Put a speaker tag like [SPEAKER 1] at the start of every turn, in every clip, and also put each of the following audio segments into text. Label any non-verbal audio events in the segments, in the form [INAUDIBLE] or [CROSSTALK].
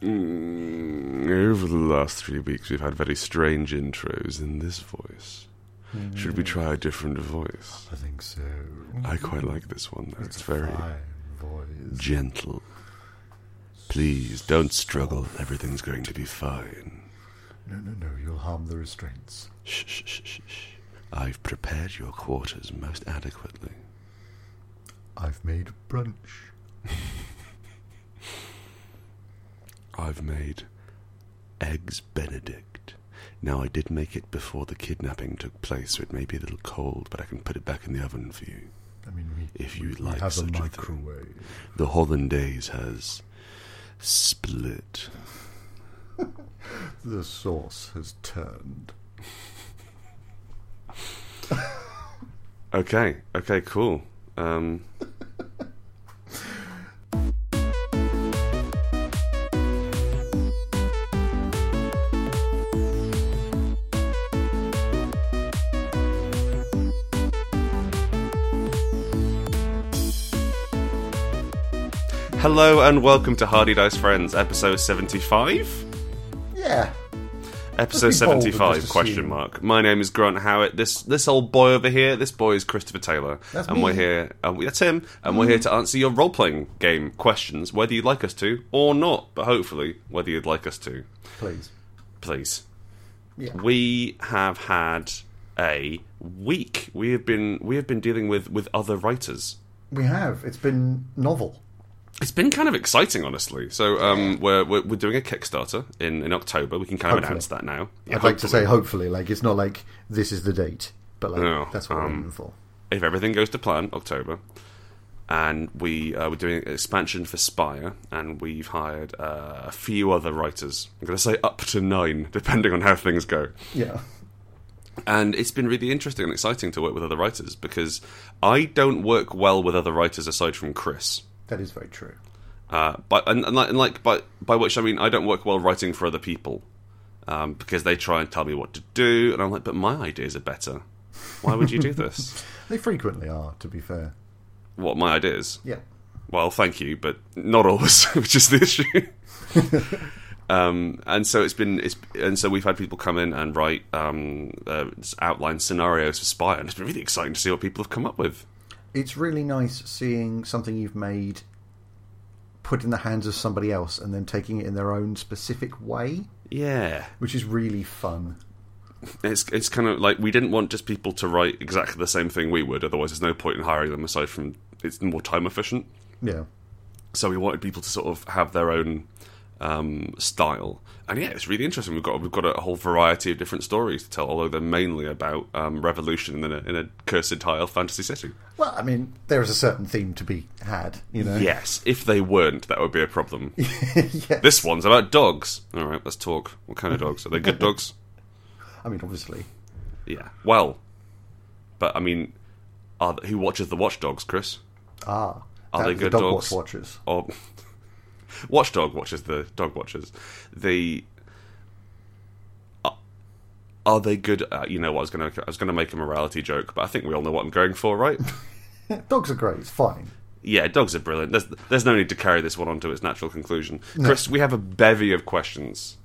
[SPEAKER 1] Mm, Over the last three weeks, we've had very strange intros in this voice. Should we try a different voice?
[SPEAKER 2] I think so.
[SPEAKER 1] I quite like this one, though. It's very
[SPEAKER 2] Fine voice.
[SPEAKER 1] gentle. Please don't struggle. Everything's going to be fine.
[SPEAKER 2] No, no, no. You'll harm the restraints.
[SPEAKER 1] Shh, shh, shh, shh, shh. I've prepared your quarters most adequately.
[SPEAKER 2] I've made brunch.
[SPEAKER 1] I've made eggs Benedict. Now, I did make it before the kidnapping took place, so it may be a little cold, but I can put it back in the oven for you.
[SPEAKER 2] I mean, we,
[SPEAKER 1] If you
[SPEAKER 2] we
[SPEAKER 1] like
[SPEAKER 2] have
[SPEAKER 1] such a
[SPEAKER 2] a
[SPEAKER 1] thing.
[SPEAKER 2] microwave.
[SPEAKER 1] The hollandaise has split.
[SPEAKER 2] The sauce has turned.
[SPEAKER 1] Okay, okay, cool. Um, hello and welcome to Hardy Dice Friends, episode 75?
[SPEAKER 2] Yeah.
[SPEAKER 1] Episode
[SPEAKER 2] Just be bold and
[SPEAKER 1] seventy-five?
[SPEAKER 2] just
[SPEAKER 1] Question
[SPEAKER 2] assume.
[SPEAKER 1] mark. My name is Grant Howitt. This this old boy over here. This boy is Christopher Taylor,
[SPEAKER 2] That's
[SPEAKER 1] and
[SPEAKER 2] me.
[SPEAKER 1] we're here. And we, that's him. And we're here to answer your role-playing game questions, whether you'd like us to or not. But hopefully, whether you'd like us to,
[SPEAKER 2] Please.
[SPEAKER 1] please.
[SPEAKER 2] Yeah.
[SPEAKER 1] We have had a week. We have been we have been dealing with with other writers.
[SPEAKER 2] We have. It's been novel.
[SPEAKER 1] It's been kind of exciting, honestly. So um, we're, we're we're doing a Kickstarter in in October. We can kind of
[SPEAKER 2] Hopefully.
[SPEAKER 1] announce that now.
[SPEAKER 2] I'd like to say hopefully. Like, it's not like this is the date, but like,
[SPEAKER 1] No,
[SPEAKER 2] that's what
[SPEAKER 1] um,
[SPEAKER 2] we're aiming for.
[SPEAKER 1] if everything goes to plan, October, and we uh, we're doing an expansion for Spire, and we've hired uh, a few other writers. I'm going to say up to nine, [LAUGHS] depending on how things go.
[SPEAKER 2] Yeah.
[SPEAKER 1] And it's been really interesting and exciting to work with other writers because I don't work well with other writers aside from Chris.
[SPEAKER 2] That is very true.
[SPEAKER 1] Uh, but and, and like, and like by by which I mean I don't work well writing for other people um, because they try and tell me what to do, and I'm like, but my ideas are better. Why would you do this?
[SPEAKER 2] They frequently are, to be fair.
[SPEAKER 1] what my ideas?
[SPEAKER 2] Yeah.
[SPEAKER 1] Well, thank you, but not always, [LAUGHS] which is the issue. um, and so it's been, it's, and so we've had people come in and write um, uh, outline scenarios for Spire, and it's been really exciting to see what people have come up with.
[SPEAKER 2] It's really nice seeing something you've made put in the hands of somebody else and then taking it in their own specific way,
[SPEAKER 1] Yeah,
[SPEAKER 2] which is really fun.
[SPEAKER 1] it's it's kind of like we didn't want just people to write exactly the same thing we would, otherwise there's no point in hiring them. Aside from it's more time efficient,
[SPEAKER 2] Yeah.
[SPEAKER 1] so we wanted people to sort of have their own um, style. And yeah, it's really interesting. We've got we've got a whole variety of different stories to tell, although they're mainly about um, revolution in a, in a cursed tile fantasy city.
[SPEAKER 2] Well, I mean, there is a certain theme to be had, you know.
[SPEAKER 1] Yes, if they weren't, that would be a problem.
[SPEAKER 2] [LAUGHS] Yeah.
[SPEAKER 1] this one's about dogs. All right, let's talk. What kind of dogs? Are they good dogs?
[SPEAKER 2] I mean, obviously.
[SPEAKER 1] Yeah. Well, but I mean, are, who watches the watchdogs, Chris?
[SPEAKER 2] Ah,
[SPEAKER 1] Are
[SPEAKER 2] that
[SPEAKER 1] they
[SPEAKER 2] was
[SPEAKER 1] good
[SPEAKER 2] the dog
[SPEAKER 1] dogs?
[SPEAKER 2] watch watchers?
[SPEAKER 1] or Watchdog watches the dog watchers. The are- are they good? Uh, you know what? I was gonna I was gonna make a morality joke, but I think we all know what I'm going for, right? [LAUGHS]
[SPEAKER 2] Dogs are great. It's fine.
[SPEAKER 1] yeah, dogs are brilliant. There's there's no need to carry this one on to its natural conclusion. Chris, we have a bevy of questions.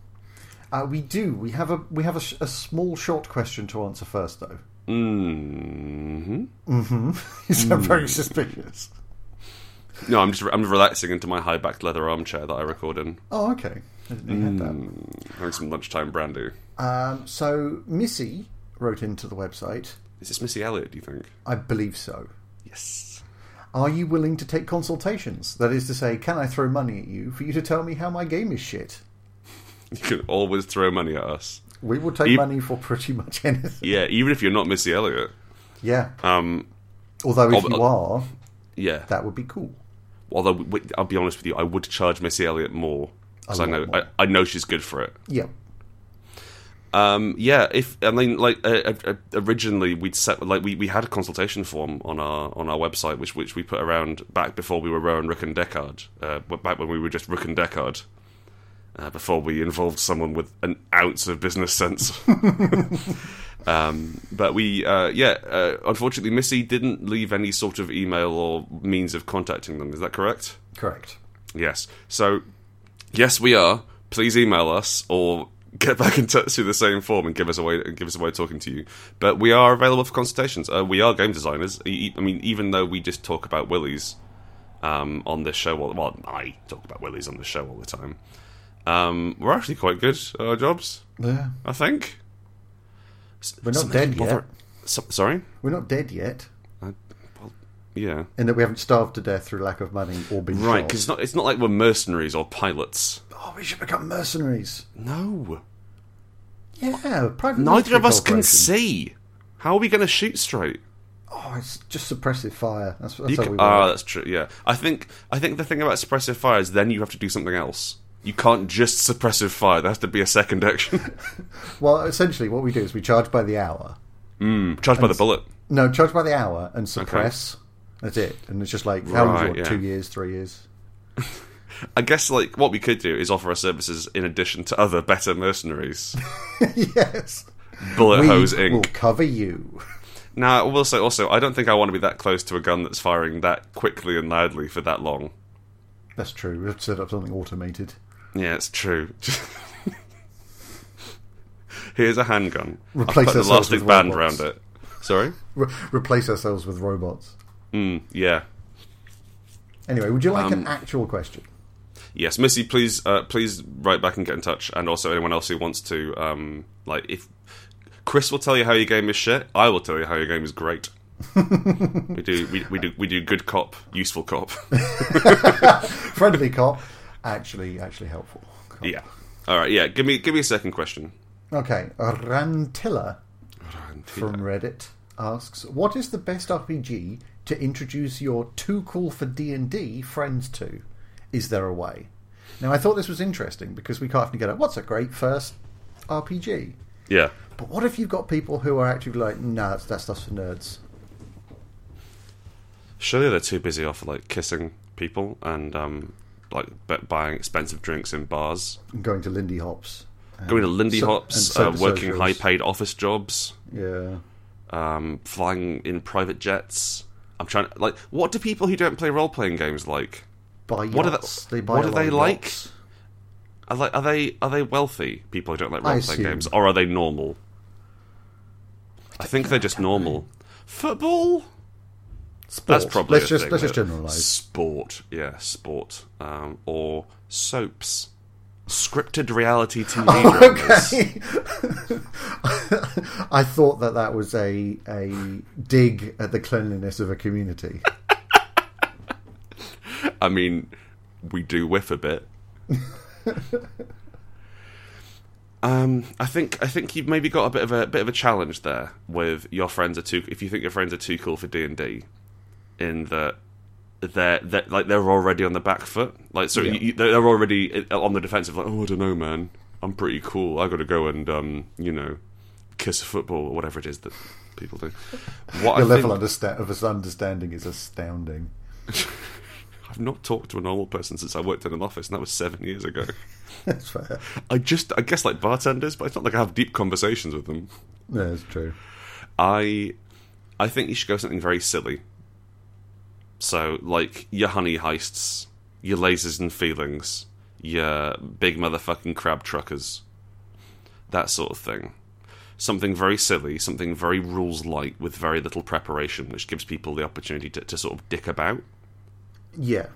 [SPEAKER 2] Uh, we do. We have a we have a, sh- a small short question to answer first, though.
[SPEAKER 1] hmm
[SPEAKER 2] [LAUGHS] You
[SPEAKER 1] Mm.
[SPEAKER 2] sound very suspicious.
[SPEAKER 1] No, I'm just I'm relaxing into my high backed leather armchair that I record in,
[SPEAKER 2] Oh, okay. I didn't know you had that.
[SPEAKER 1] having some lunchtime brandy.
[SPEAKER 2] Um, so Missy wrote into the website.
[SPEAKER 1] Is this Missy Elliott? Do you think?
[SPEAKER 2] I believe so.
[SPEAKER 1] Yes.
[SPEAKER 2] Are you willing to take consultations? That is to say, can I throw money at you for you to tell me how my game is shit?
[SPEAKER 1] You can always throw money at us.
[SPEAKER 2] We will take
[SPEAKER 1] You-
[SPEAKER 2] money for pretty much [LAUGHS] anything.
[SPEAKER 1] Yeah, even if you're not Missy Elliott.
[SPEAKER 2] Yeah.
[SPEAKER 1] Um,
[SPEAKER 2] Although if
[SPEAKER 1] Ob-
[SPEAKER 2] you are,
[SPEAKER 1] yeah.
[SPEAKER 2] that would be cool.
[SPEAKER 1] although w- I'll be honest with you, I would charge Missy Elliott more because I
[SPEAKER 2] lot
[SPEAKER 1] know I,
[SPEAKER 2] more.
[SPEAKER 1] I know she's good for it.
[SPEAKER 2] Yeah.
[SPEAKER 1] Um, yeah, if I mean, like uh, uh, originally we'd set like we, we had a consultation form on our on our website, which which we put around back before we were Rowan Rook and Deckard, uh, but back when we were just Rook and Deckard. Uh, before we involved someone with an ounce of business
[SPEAKER 2] [LAUGHS]
[SPEAKER 1] sense, um, but we, uh, yeah, uh, unfortunately, Missy didn't leave any sort of email or means of contacting them. Is that correct?
[SPEAKER 2] Correct.
[SPEAKER 1] Yes. So Yes, we are. Please email us or get back in touch through the same form and give us a way and give us a way of talking to you. But we are available for consultations. Uh, we are game designers. E- e- I mean, even though we just talk about willies um, on this show, all, well, I talk about willies on the show all the time. Um, we're actually quite good at our jobs,
[SPEAKER 2] Yeah.
[SPEAKER 1] I think. S-
[SPEAKER 2] We're not
[SPEAKER 1] something
[SPEAKER 2] dead
[SPEAKER 1] bother-
[SPEAKER 2] yet.
[SPEAKER 1] So- sorry.
[SPEAKER 2] We're not dead yet,
[SPEAKER 1] Yeah.
[SPEAKER 2] in that we haven't starved to death through lack of money or been
[SPEAKER 1] Right,
[SPEAKER 2] shot.
[SPEAKER 1] because it's not, it's not like we're mercenaries or pilots.
[SPEAKER 2] oh, we should become mercenaries.
[SPEAKER 1] No.
[SPEAKER 2] Yeah, private.
[SPEAKER 1] Neither
[SPEAKER 2] military
[SPEAKER 1] of us can
[SPEAKER 2] corporation.
[SPEAKER 1] see. How are we going to shoot straight?
[SPEAKER 2] Oh, it's just suppressive fire. That's, that's
[SPEAKER 1] You
[SPEAKER 2] how
[SPEAKER 1] ca-
[SPEAKER 2] we
[SPEAKER 1] ah,
[SPEAKER 2] work.
[SPEAKER 1] that's true. Yeah, I think I think the thing about suppressive fire is then you have to do something else. You can't just suppressive fire. There has to be a second action. [LAUGHS]
[SPEAKER 2] well, essentially, what we do is we charge by the hour.
[SPEAKER 1] Charged by the bullet.
[SPEAKER 2] No, charge by the hour and suppress. That's it. And it's just like how long do you
[SPEAKER 1] Right,
[SPEAKER 2] want?
[SPEAKER 1] yeah.
[SPEAKER 2] Two years, three years. [LAUGHS]
[SPEAKER 1] I guess like what we could do is offer our services in addition to other better mercenaries. [LAUGHS]
[SPEAKER 2] yes,
[SPEAKER 1] Bullet hose
[SPEAKER 2] we will
[SPEAKER 1] Inc.
[SPEAKER 2] cover you. [LAUGHS]
[SPEAKER 1] Now I will say also I don't think I want to be that close to a gun that's firing that quickly and loudly for that long.
[SPEAKER 2] That's true. We've set up something automated.
[SPEAKER 1] Yeah, it's true. [LAUGHS] Here's a handgun.
[SPEAKER 2] Replace
[SPEAKER 1] I've put an
[SPEAKER 2] ourselves
[SPEAKER 1] elastic
[SPEAKER 2] with
[SPEAKER 1] band
[SPEAKER 2] robots.
[SPEAKER 1] around it. Sorry.
[SPEAKER 2] Re- replace ourselves with robots.
[SPEAKER 1] Mm, yeah.
[SPEAKER 2] Anyway, would you like
[SPEAKER 1] Um,
[SPEAKER 2] an actual question? [LAUGHS]
[SPEAKER 1] yes, Missy, please, uh, please write back and get in touch, and also anyone else who wants to, um, like, if Chris will tell you how your game is shit, I will tell you how your game is
[SPEAKER 2] [LAUGHS]
[SPEAKER 1] great. we do, we, we do, we do good cop, useful cop. [LAUGHS]
[SPEAKER 2] Friendly cop, actually, actually helpful. Cop.
[SPEAKER 1] yeah. All right. Yeah. Give me, give me a second question.
[SPEAKER 2] Okay, Rantilla from Reddit asks, "What is the best RPG to introduce your too cool for D and D friends to? Is there a way?" Now, I thought this was interesting because we can't often get at what's a great first RPG.
[SPEAKER 1] Yeah.
[SPEAKER 2] But what if you've got people who are actually like, "No, that's that stuff's for nerds."
[SPEAKER 1] Surely they're too busy off like kissing people and um, like b- buying expensive drinks in bars,
[SPEAKER 2] And going to Lindy Hops,
[SPEAKER 1] going to Lindy
[SPEAKER 2] so-
[SPEAKER 1] Hops,
[SPEAKER 2] and
[SPEAKER 1] uh, working
[SPEAKER 2] socials.
[SPEAKER 1] high-paid office jobs.
[SPEAKER 2] yeah.
[SPEAKER 1] um, flying in private jets. I'm trying like what do people who don't play role playing games like?
[SPEAKER 2] Buy
[SPEAKER 1] What are the-
[SPEAKER 2] yachts. they buy
[SPEAKER 1] what
[SPEAKER 2] a
[SPEAKER 1] are
[SPEAKER 2] lot
[SPEAKER 1] they
[SPEAKER 2] of
[SPEAKER 1] like?
[SPEAKER 2] yachts.
[SPEAKER 1] Are like are they are they wealthy people who don't like
[SPEAKER 2] I
[SPEAKER 1] role playing
[SPEAKER 2] assume.
[SPEAKER 1] games, or are they normal? I think they're just
[SPEAKER 2] [LAUGHS]
[SPEAKER 1] normal. Football. That's
[SPEAKER 2] Sport.
[SPEAKER 1] probably
[SPEAKER 2] Let's
[SPEAKER 1] a
[SPEAKER 2] just
[SPEAKER 1] thing,
[SPEAKER 2] let's just
[SPEAKER 1] though.
[SPEAKER 2] generalize.
[SPEAKER 1] Sport, yeah, sport, um, or soaps, scripted reality
[SPEAKER 2] [LAUGHS]
[SPEAKER 1] TV dramas.
[SPEAKER 2] Oh, Okay. [LAUGHS] I thought that that was a a dig at the cleanliness of a community.
[SPEAKER 1] I mean, we do whiff a bit. um, I think I think you've maybe got a bit of a bit of a challenge there with your friends are too. If you think your friends are too cool for D and D, in that they're, they're like they're already on the back foot. Like so,
[SPEAKER 2] Yeah.
[SPEAKER 1] you, they're they're already on the defensive. Like, oh, I don't know, man. I'm pretty cool. I got to go and um, you know, kiss a football or whatever it is that people do. What I
[SPEAKER 2] The level
[SPEAKER 1] think-
[SPEAKER 2] understa- of his understanding is astounding. [LAUGHS]
[SPEAKER 1] I've not talked to a normal person since I worked in an office, and that was seven years ago.
[SPEAKER 2] That's fair.
[SPEAKER 1] I just, I guess, like bartenders, but it's not like I have deep conversations with them.
[SPEAKER 2] That's true.
[SPEAKER 1] I, I think you should go something very silly. So, like your honey heists, your lasers and feelings, your big motherfucking crab truckers, that sort of thing. Something very silly, something very rules light with very little preparation, which gives people the opportunity to, to sort of dick about.
[SPEAKER 2] Yeah,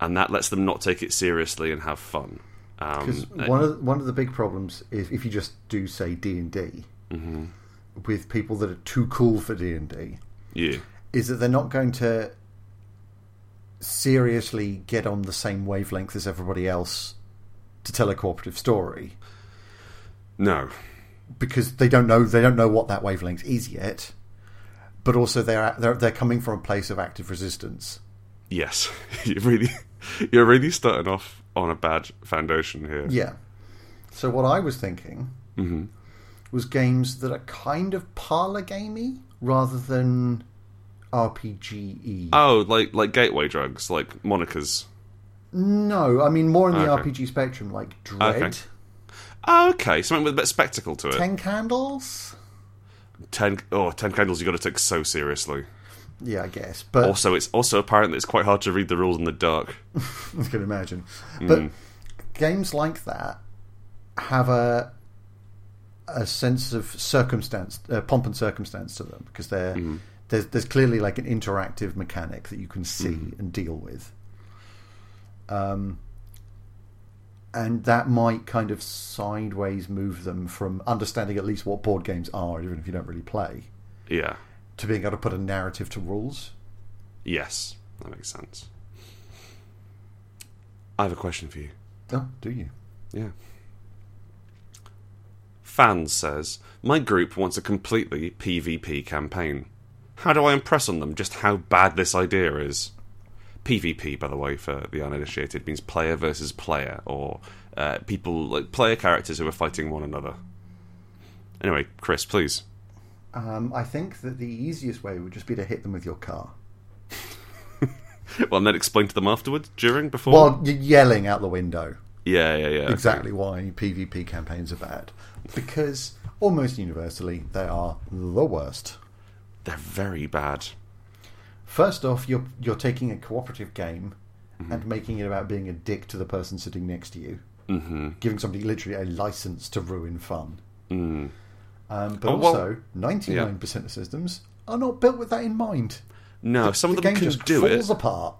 [SPEAKER 1] and that lets them not take it seriously and have fun. Um,
[SPEAKER 2] because one of one of the big problems is if you just do say D and D
[SPEAKER 1] Mm-hmm.
[SPEAKER 2] with people that are too cool for D and D
[SPEAKER 1] yeah,
[SPEAKER 2] is that they're not going to seriously get on the same wavelength as everybody else to tell a cooperative story.
[SPEAKER 1] no,
[SPEAKER 2] because they don't know they don't know what that wavelength is yet. But also they're they're they're coming from a place of active resistance.
[SPEAKER 1] yes, [LAUGHS] you really, you're really starting off on a bad foundation here.
[SPEAKER 2] Yeah. So what I was thinking
[SPEAKER 1] Mm-hmm.
[SPEAKER 2] was games that are kind of parlor gamey rather than RPG.
[SPEAKER 1] Oh, like like gateway drugs, like monikers.
[SPEAKER 2] no, I mean more in the
[SPEAKER 1] Okay.
[SPEAKER 2] RPG spectrum, like Dread,
[SPEAKER 1] Okay. Oh, Okay, something with a bit of spectacle to it. Ten,
[SPEAKER 2] Ten Candles.
[SPEAKER 1] oh, ten candles you got to take so seriously.
[SPEAKER 2] Yeah, I guess, but [LAUGHS]
[SPEAKER 1] Also, it's also apparent that it's quite hard to read the rules in the dark.
[SPEAKER 2] I can imagine. But games like that have a a sense of circumstance, uh, pomp and circumstance to them because they're. There's, there's clearly like an interactive mechanic that you can see and deal with. Um, and that might kind of sideways move them from understanding at least what board games are, even if you don't really play,
[SPEAKER 1] Yeah.
[SPEAKER 2] to being able to put a narrative to rules.
[SPEAKER 1] Yes, that makes sense. I have a question for you.
[SPEAKER 2] Oh, do you?
[SPEAKER 1] Yeah. Fans says, My group wants a completely PvP campaign. How do I impress on them just how bad this idea is? PvP, by the way, for the uninitiated, means player versus player, or uh, people like player characters who are fighting one another. Anyway, Chris, please.
[SPEAKER 2] Um, I think that the easiest way would just be to hit them with your car.
[SPEAKER 1] Well, and then explain to them afterwards, during, before.
[SPEAKER 2] Well, you're yelling out the window.
[SPEAKER 1] yeah, yeah, yeah. okay.
[SPEAKER 2] exactly why PvP campaigns are bad. Because almost universally, they are the worst.
[SPEAKER 1] They're very bad.
[SPEAKER 2] First off, you're you're taking a cooperative game
[SPEAKER 1] Mm-hmm.
[SPEAKER 2] and making it about being a dick to the person sitting next to you, mm-hmm. giving somebody literally a license to ruin fun. Um, but
[SPEAKER 1] Mm. Oh, well-
[SPEAKER 2] also, ninety nine percent of systems are not built with that in mind.
[SPEAKER 1] No, some of
[SPEAKER 2] the
[SPEAKER 1] them
[SPEAKER 2] game
[SPEAKER 1] can
[SPEAKER 2] just
[SPEAKER 1] do it.
[SPEAKER 2] falls apart.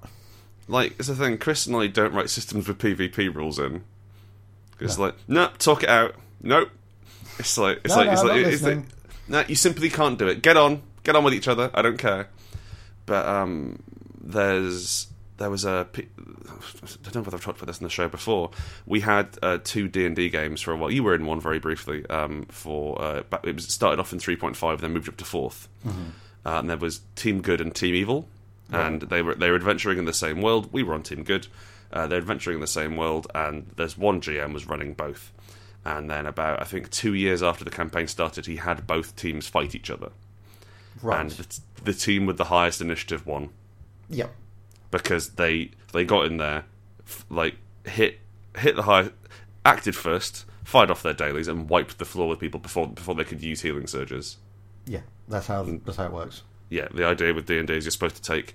[SPEAKER 1] Like, it's the thing, Chris and I don't write systems with PvP rules in. 'Cause It's like, no, talk it out. Nope. It's like, it's
[SPEAKER 2] No,
[SPEAKER 1] like,
[SPEAKER 2] no,
[SPEAKER 1] it's
[SPEAKER 2] I'm
[SPEAKER 1] like,
[SPEAKER 2] not
[SPEAKER 1] it's like,
[SPEAKER 2] listening.
[SPEAKER 1] no, you simply can't do it. Get on, get on with each other. I don't care. But um, there's there was a P- I don't know whether I've talked about this in the show before. We had uh, two D and D games for a while. You were in one very briefly. Um, for uh, but it was it started off in three point five, then moved up to 4th Uh, and there was Team Good and Team Evil, and they were they were adventuring in the same world. We were on Team Good. Uh, they're adventuring in the same world, and there's one GM was running both. And then about I think two years after the campaign started, he had both teams fight each other,
[SPEAKER 2] Right.
[SPEAKER 1] and the, the team with the highest initiative won
[SPEAKER 2] Yep.
[SPEAKER 1] because they they got in there, f- like hit hit the high, acted first, fired off their dailies, and wiped the floor with people before before they could use healing surges.
[SPEAKER 2] Yeah. That's how
[SPEAKER 1] Mm.
[SPEAKER 2] that's how it works.
[SPEAKER 1] Yeah, the idea with D and D is you're supposed to take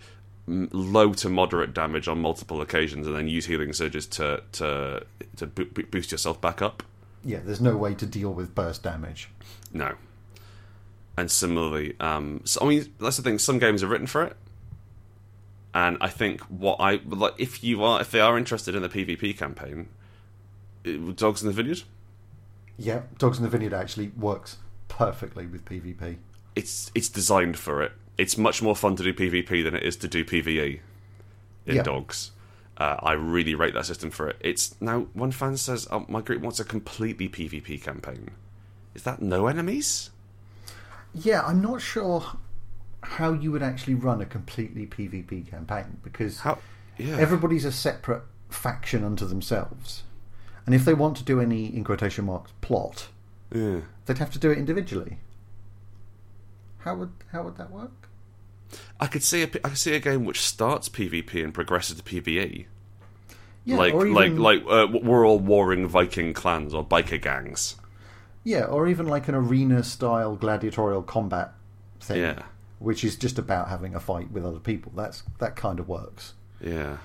[SPEAKER 1] m- low to moderate damage on multiple occasions, and then use healing surges to to to bo- bo- boost yourself back up.
[SPEAKER 2] Yeah. There's no way to deal with burst damage.
[SPEAKER 1] No. And similarly, um, so, I mean, that's the thing. Some games are written for it, and I think what I like if you are if they are interested in the PvP campaign, it, Dogs in the Vineyard,
[SPEAKER 2] Yeah, Dogs in the Vineyard actually works perfectly with PvP.
[SPEAKER 1] it's it's designed for it. It's much more fun to do PvP than it is to do PvE in
[SPEAKER 2] Yeah.
[SPEAKER 1] Dogs. Uh, I really rate that system for it. It's now one fan says oh, my group wants a completely PvP campaign. Is that no enemies?
[SPEAKER 2] Yeah, I'm not sure how you would actually run a completely PvP campaign because
[SPEAKER 1] How? Yeah.
[SPEAKER 2] everybody's a separate faction unto themselves. And if they want to do any, in quotation marks, plot,
[SPEAKER 1] yeah.
[SPEAKER 2] they'd have to do it individually. How would how would that work?
[SPEAKER 1] I could see a, I could see a game which starts PvP and progresses to PvE.
[SPEAKER 2] Yeah,
[SPEAKER 1] like,
[SPEAKER 2] or
[SPEAKER 1] like
[SPEAKER 2] even,
[SPEAKER 1] like uh, w- we're all warring Viking clans or biker gangs.
[SPEAKER 2] yeah, or even like an arena style gladiatorial combat thing,
[SPEAKER 1] Yeah.
[SPEAKER 2] which is just about having a fight with other people. That's that kind of works.
[SPEAKER 1] Yeah.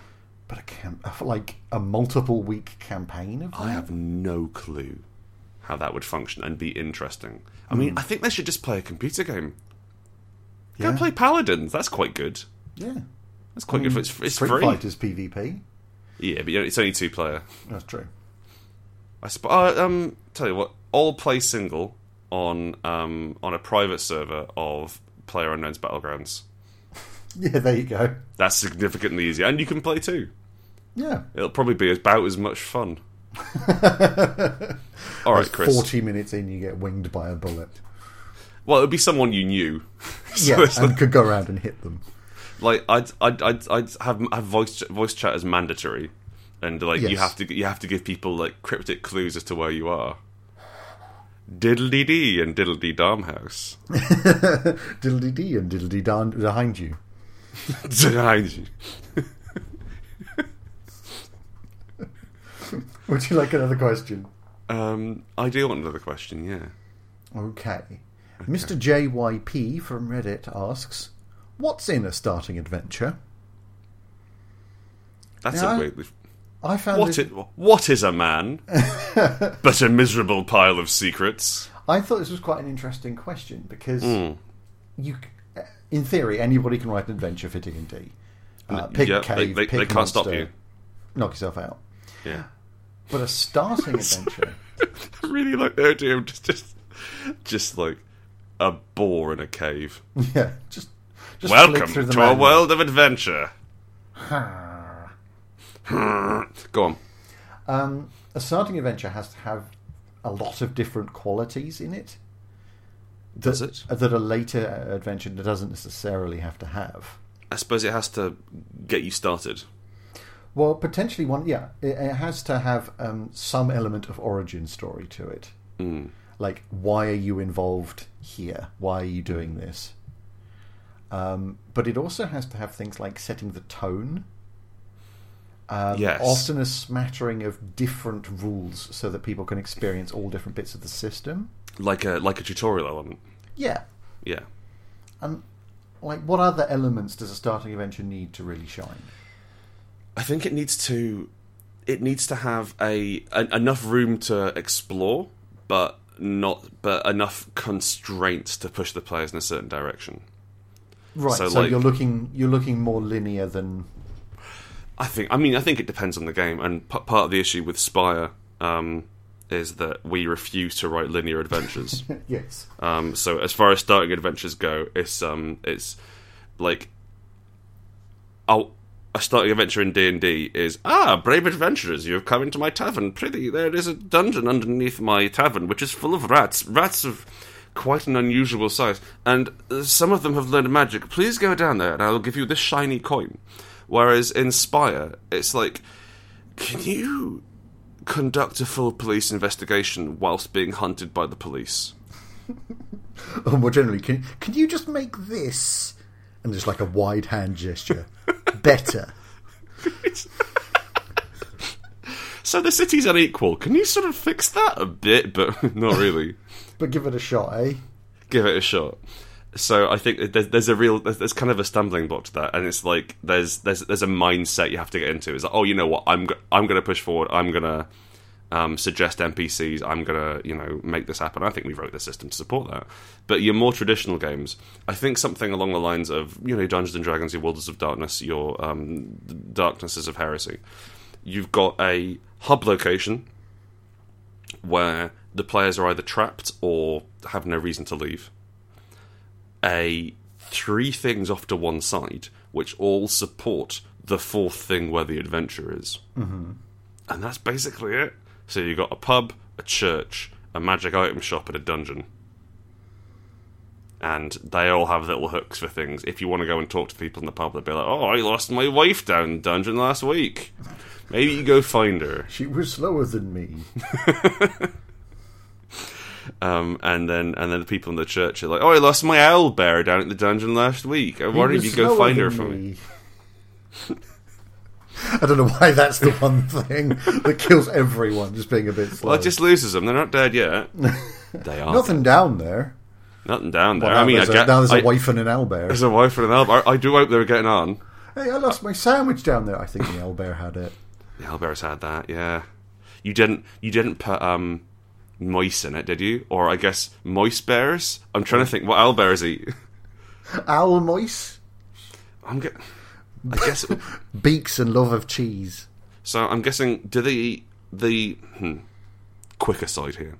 [SPEAKER 2] But a camp, like a multiple week campaign of
[SPEAKER 1] I
[SPEAKER 2] that?
[SPEAKER 1] have no clue how that would function and be interesting. I mean, I think they should just play a computer game. Go
[SPEAKER 2] Hmm. Yeah.
[SPEAKER 1] play Paladins. That's quite good.
[SPEAKER 2] yeah.
[SPEAKER 1] That's quite good. For, it's it's
[SPEAKER 2] Hmm. Street
[SPEAKER 1] free.
[SPEAKER 2] Fighters PvP.
[SPEAKER 1] Yeah, but you know, it's only two player.
[SPEAKER 2] That's true.
[SPEAKER 1] I suppose. Uh, um, tell you what, all play single on um on a private server of Player Unknown's Battlegrounds.
[SPEAKER 2] Yeah, there you go.
[SPEAKER 1] That's significantly easier, and you can play too.
[SPEAKER 2] Yeah.
[SPEAKER 1] It'll probably be about as much
[SPEAKER 2] [LAUGHS]
[SPEAKER 1] fun. All right, Chris.
[SPEAKER 2] Forty minutes in, you get winged by a bullet.
[SPEAKER 1] Well, it'd be someone you knew. [LAUGHS] So
[SPEAKER 2] Yeah,
[SPEAKER 1] it's
[SPEAKER 2] and could go around and hit them. [LAUGHS]
[SPEAKER 1] like I'd, I'd, I'd, I'd have, have voice ch- voice chat as mandatory, and like you
[SPEAKER 2] Yes.
[SPEAKER 1] have to you have to give people like cryptic clues as to where you are. Diddle dee dee and diddle dee [LAUGHS] Domhouse.
[SPEAKER 2] Diddly dee and diddly darn behind you.
[SPEAKER 1] Behind you.
[SPEAKER 2] Would you like another question?
[SPEAKER 1] um, I do want another question. Yeah.
[SPEAKER 2] Okay. Mr. JYP from Reddit asks, "What's in a starting adventure?"
[SPEAKER 1] That's
[SPEAKER 2] Yeah.
[SPEAKER 1] a weirdly.
[SPEAKER 2] I found
[SPEAKER 1] What
[SPEAKER 2] this,
[SPEAKER 1] it, what is a
[SPEAKER 2] [LAUGHS]
[SPEAKER 1] man but a miserable pile of secrets?
[SPEAKER 2] I thought this was quite an interesting question because
[SPEAKER 1] Hmm.
[SPEAKER 2] you, c- uh, in theory, anybody can write an adventure for D and D. Uh, Pick
[SPEAKER 1] yeah,
[SPEAKER 2] a cave,
[SPEAKER 1] they- they-
[SPEAKER 2] pick
[SPEAKER 1] they
[SPEAKER 2] a
[SPEAKER 1] can't stop
[SPEAKER 2] monster,
[SPEAKER 1] you.
[SPEAKER 2] Knock yourself out.
[SPEAKER 1] Yeah. [LAUGHS]
[SPEAKER 2] But a starting adventure.
[SPEAKER 1] I really like the idea of just, just, just like a boar in a cave.
[SPEAKER 2] Yeah, just, just flick
[SPEAKER 1] Welcome
[SPEAKER 2] through the
[SPEAKER 1] to a
[SPEAKER 2] manual.
[SPEAKER 1] world of adventure. Go on.
[SPEAKER 2] Um, a starting adventure has to have a lot of different qualities in it. That,
[SPEAKER 1] Does it?
[SPEAKER 2] That a later adventure doesn't necessarily have to have.
[SPEAKER 1] I suppose it has to get you started.
[SPEAKER 2] Well, potentially one, yeah. It, it has to have um, some element of origin story to it.
[SPEAKER 1] Mm.
[SPEAKER 2] Like, why are you involved here? Why are you doing this? Um, but it also has to have things like setting the tone. Um,
[SPEAKER 1] Yes.
[SPEAKER 2] Often a smattering of different rules so that people can experience all different bits of the system.
[SPEAKER 1] Like a like a tutorial element.
[SPEAKER 2] Yeah.
[SPEAKER 1] Yeah.
[SPEAKER 2] And, like, what other elements does a starting adventure need to really shine?
[SPEAKER 1] I think it needs to it needs to have a, en- enough room to explore, but not but enough constraints to push the players in a certain direction.
[SPEAKER 2] Right,
[SPEAKER 1] So,
[SPEAKER 2] so,
[SPEAKER 1] like-
[SPEAKER 2] you're looking you're looking more linear than [LAUGHS]
[SPEAKER 1] I think. I mean, I think it depends on the game, and p- part of the issue with Spire um, is that we refuse to write linear adventures.
[SPEAKER 2] yes.
[SPEAKER 1] um, so, as far as starting adventures go, it's um, it's like, oh, a starting adventure in D anD D is ah, brave adventurers, you have come into my tavern. Prithee, there is a dungeon underneath my tavern which is full of rats, rats of quite an unusual size, and uh, some of them have learned magic. Please go down there, and I will give you this shiny coin. Whereas in Spire, it's like can you conduct a full police investigation whilst being hunted by the police?
[SPEAKER 2] [LAUGHS] or more generally, can can you just make this and just like a wide
[SPEAKER 1] [LAUGHS]
[SPEAKER 2] hand gesture better?
[SPEAKER 1] So the city's unequal. Can you sort of fix that a bit, but [LAUGHS] not really?
[SPEAKER 2] But give it a shot, eh?
[SPEAKER 1] Give it a shot. So I think that there's, there's a real there's, there's kind of a stumbling block to that, and it's like there's there's there's a mindset you have to get into. It's like oh, you know what? I'm go- I'm going to push forward. I'm going to um, suggest NPCs. I'm going to you know make this happen. I think we wrote the system to support that. But your more traditional games, I think something along the lines of you know your Dungeons and Dragons, your Wilderness of Darkness, your um, Darknesses of Heresy. You've got a hub location where the players are either trapped or have no reason to leave. A three things off to one side, which all support the fourth thing where the adventure is. Mm-hmm. And that's basically it. So you've got a pub, a church, a magic item shop, and a dungeon. And they all have little hooks for things. If you want to go and talk to people in the pub, they'll be like, oh, I lost my wife down the dungeon last week. Maybe you go find her.
[SPEAKER 2] She was slower than me.
[SPEAKER 1] Um, and then and then the people in the church are like, "Oh, I lost my owl bear down at the dungeon last week. I wonder if
[SPEAKER 2] He
[SPEAKER 1] you
[SPEAKER 2] was
[SPEAKER 1] go
[SPEAKER 2] slower
[SPEAKER 1] find her
[SPEAKER 2] than
[SPEAKER 1] for me."
[SPEAKER 2] [LAUGHS] I don't know why that's the one thing that kills everyone, just being a bit slow.
[SPEAKER 1] Well, it just loses them. They're not dead
[SPEAKER 2] [LAUGHS]
[SPEAKER 1] yet. they are nothing,
[SPEAKER 2] Nothing down there.
[SPEAKER 1] down there.
[SPEAKER 2] now,
[SPEAKER 1] I mean,
[SPEAKER 2] there's
[SPEAKER 1] I
[SPEAKER 2] a-
[SPEAKER 1] get,
[SPEAKER 2] now there's a
[SPEAKER 1] I- [LAUGHS]
[SPEAKER 2] wife and an owlbear.
[SPEAKER 1] there's a wife and an owl. bear. I, I do hope they're getting on.
[SPEAKER 2] Hey, I lost my sandwich down there. I think the owlbear
[SPEAKER 1] [LAUGHS]
[SPEAKER 2] had it.
[SPEAKER 1] The owl bear's had that. Yeah, you didn't. You didn't put um, mice in it, did you? Or I guess mice bears. I'm trying to think what owl bears eat. [LAUGHS]
[SPEAKER 2] Owl mice,
[SPEAKER 1] I'm get. I
[SPEAKER 2] [LAUGHS]
[SPEAKER 1] guess.
[SPEAKER 2] beaks, and love of cheese.
[SPEAKER 1] So I'm guessing, do they eat the hmm, quicker side here?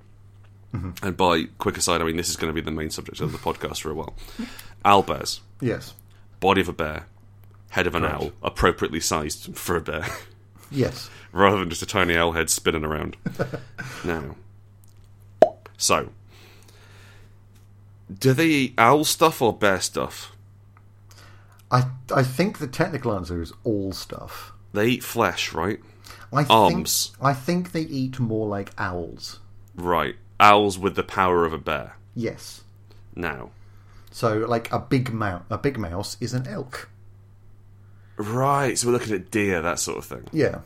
[SPEAKER 1] And by quicker side, I mean this is going to be the main subject of the podcast for a while. [LAUGHS] Owl bears,
[SPEAKER 2] Yes,
[SPEAKER 1] body of a bear, head of an owl, appropriately sized for a bear, [LAUGHS]
[SPEAKER 2] yes.
[SPEAKER 1] rather than just a tiny owl head spinning around. now, so do they eat owl stuff or bear stuff?
[SPEAKER 2] I I think the technical answer is all stuff.
[SPEAKER 1] They eat flesh, right?
[SPEAKER 2] I
[SPEAKER 1] Arms.
[SPEAKER 2] think I think they eat more like owls.
[SPEAKER 1] Right. Owls with the power of a bear.
[SPEAKER 2] Yes.
[SPEAKER 1] Now,
[SPEAKER 2] So like a big mouse, a big mouse is an elk.
[SPEAKER 1] Right, so we're looking at deer, that sort of thing.
[SPEAKER 2] Yeah.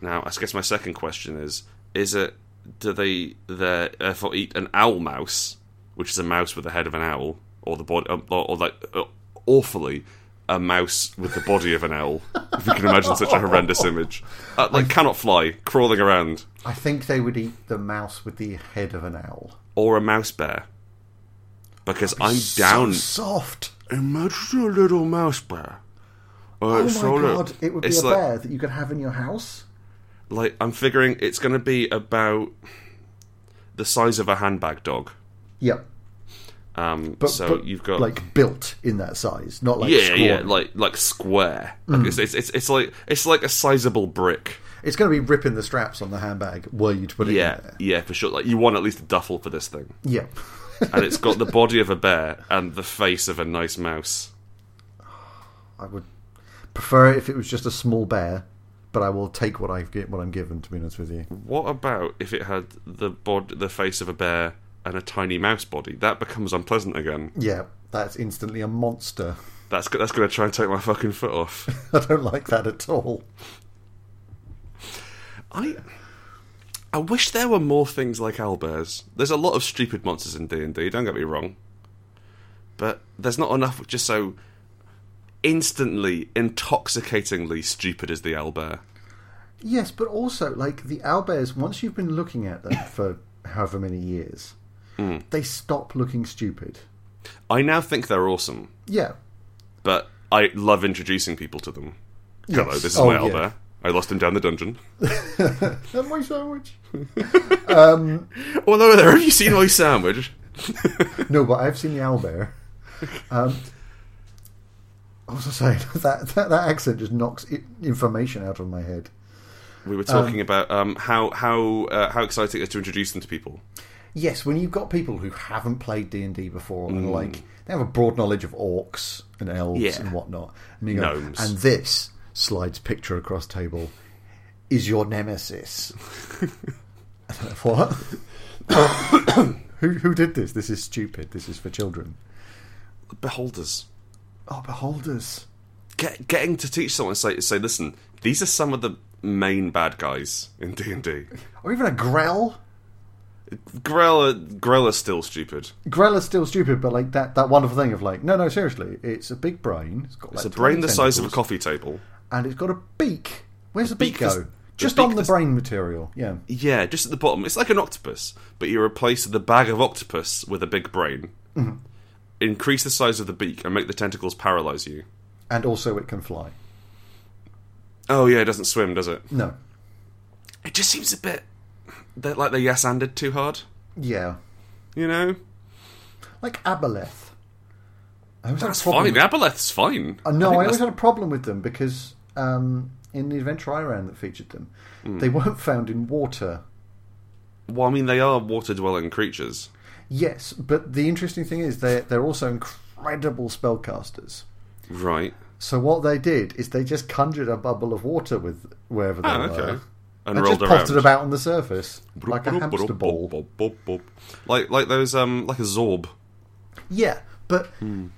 [SPEAKER 1] Now, I guess my second question is: Is it do they they therefore eat an owl um, mouse, which is a mouse with the head of an owl, or the body, or, or like uh, awfully a mouse with the body of an owl. If you can imagine such a
[SPEAKER 2] [LAUGHS]
[SPEAKER 1] horrendous image, uh, like cannot fly, crawling around,
[SPEAKER 2] I think they would eat the mouse with the head of an owl.
[SPEAKER 1] or a mouse bear. Because I'm down.
[SPEAKER 2] So soft.
[SPEAKER 1] Imagine a little mouse bear. Uh,
[SPEAKER 2] Oh my
[SPEAKER 1] so look,
[SPEAKER 2] god! It would be
[SPEAKER 1] it's
[SPEAKER 2] a
[SPEAKER 1] like,
[SPEAKER 2] bear that you could have in your house.
[SPEAKER 1] Like I'm figuring it's going to be about the size of a handbag dog.
[SPEAKER 2] Yep.
[SPEAKER 1] Um,
[SPEAKER 2] But,
[SPEAKER 1] so
[SPEAKER 2] but,
[SPEAKER 1] you've got
[SPEAKER 2] like built in that size, not like
[SPEAKER 1] yeah,
[SPEAKER 2] squat.
[SPEAKER 1] yeah, like like square. Like
[SPEAKER 2] Mm.
[SPEAKER 1] it's, it's it's it's like it's like a sizable brick.
[SPEAKER 2] It's going to be ripping the straps on the handbag were you to put it
[SPEAKER 1] Yeah,
[SPEAKER 2] in there.
[SPEAKER 1] yeah, for sure. Like you want at least a duffel for this thing,
[SPEAKER 2] Yeah. [LAUGHS]
[SPEAKER 1] and it's got the body of a bear and the face of a nice mouse.
[SPEAKER 2] I would prefer it if it was just a small bear, but I will take what I get what I'm given. To be honest with you,
[SPEAKER 1] What about if it had the bod the face of a bear and a tiny mouse body? That becomes unpleasant again.
[SPEAKER 2] yeah, that's instantly a monster. [LAUGHS]
[SPEAKER 1] That's go- that's going to try and take my fucking foot off.
[SPEAKER 2] I don't like that at all.
[SPEAKER 1] I I wish there were more things like owlbears. There's a lot of stupid monsters in D and D. Don't get me wrong, but there's not enough just so instantly, intoxicatingly stupid as the owlbear.
[SPEAKER 2] Yes, but also like the owlbears, once you've been looking at them for however many years,
[SPEAKER 1] Hmm.
[SPEAKER 2] they stop looking stupid.
[SPEAKER 1] I now think they're awesome,
[SPEAKER 2] Yeah.
[SPEAKER 1] but I love introducing people to them. Hello,
[SPEAKER 2] Yes.
[SPEAKER 1] this is
[SPEAKER 2] Oh,
[SPEAKER 1] my
[SPEAKER 2] yeah.
[SPEAKER 1] owlbear. I lost him down the dungeon.
[SPEAKER 2] That's my sandwich.
[SPEAKER 1] Oh no, there. Have you seen my sandwich?
[SPEAKER 2] [LAUGHS] No, but I've seen the owlbear. Um, I was saying [LAUGHS] that, that that accent just knocks i information out of my head.
[SPEAKER 1] We were talking about um, how how uh, how exciting it is to introduce them to people.
[SPEAKER 2] Yes, when you've got people who haven't played D and D before and like they have a broad knowledge of orcs and elves
[SPEAKER 1] Mm. Yeah.
[SPEAKER 2] and whatnot, and you go,
[SPEAKER 1] Gnomes.
[SPEAKER 2] and this slides picture across table is your nemesis. [LAUGHS] And I'm like, what? [COUGHS] who who did this? This is stupid. This is for children.
[SPEAKER 1] Beholders.
[SPEAKER 2] Oh, beholders.
[SPEAKER 1] get, getting to teach someone say say listen these are some of the main bad guys in D&D
[SPEAKER 2] Or even a Grell.
[SPEAKER 1] Grell are- Grell is still stupid
[SPEAKER 2] Grell is still stupid, but like that, that wonderful thing of like, no, no, seriously, it's a big brain. It's got like
[SPEAKER 1] it's a brain
[SPEAKER 2] 20
[SPEAKER 1] the size of a
[SPEAKER 2] tentacles.
[SPEAKER 1] coffee table
[SPEAKER 2] and it's got a beak. Where's the, beak,
[SPEAKER 1] beak
[SPEAKER 2] go?
[SPEAKER 1] is- the
[SPEAKER 2] Just
[SPEAKER 1] beak
[SPEAKER 2] on the
[SPEAKER 1] is-
[SPEAKER 2] brain material. Yeah.
[SPEAKER 1] yeah just at the bottom it's like an octopus but you replace the bag of octopus with a big brain
[SPEAKER 2] Mm-hmm.
[SPEAKER 1] increase the size of the beak and make the tentacles paralyze you
[SPEAKER 2] And also it can fly.
[SPEAKER 1] oh yeah it doesn't swim does it
[SPEAKER 2] No.
[SPEAKER 1] it just seems a bit they're like they yes-anded too hard
[SPEAKER 2] Yeah.
[SPEAKER 1] you know
[SPEAKER 2] Like Aboleth. I always
[SPEAKER 1] that's
[SPEAKER 2] had a problem.
[SPEAKER 1] fine Aboleth's fine
[SPEAKER 2] Uh, no,
[SPEAKER 1] think
[SPEAKER 2] I,
[SPEAKER 1] that's-
[SPEAKER 2] always had a problem with them because um, in the adventure I ran that featured them,
[SPEAKER 1] Hmm.
[SPEAKER 2] they weren't found in water.
[SPEAKER 1] well I mean they are water-dwelling creatures
[SPEAKER 2] Yes, but the interesting thing is they're, they're also incredible spellcasters.
[SPEAKER 1] right
[SPEAKER 2] So what they did is they just conjured a bubble of water with wherever they
[SPEAKER 1] Oh,
[SPEAKER 2] were.
[SPEAKER 1] okay. And,
[SPEAKER 2] And
[SPEAKER 1] rolled
[SPEAKER 2] just potted
[SPEAKER 1] around.
[SPEAKER 2] about on the surface like a hamster ball.
[SPEAKER 1] Like like those um like a zorb.
[SPEAKER 2] Yeah, but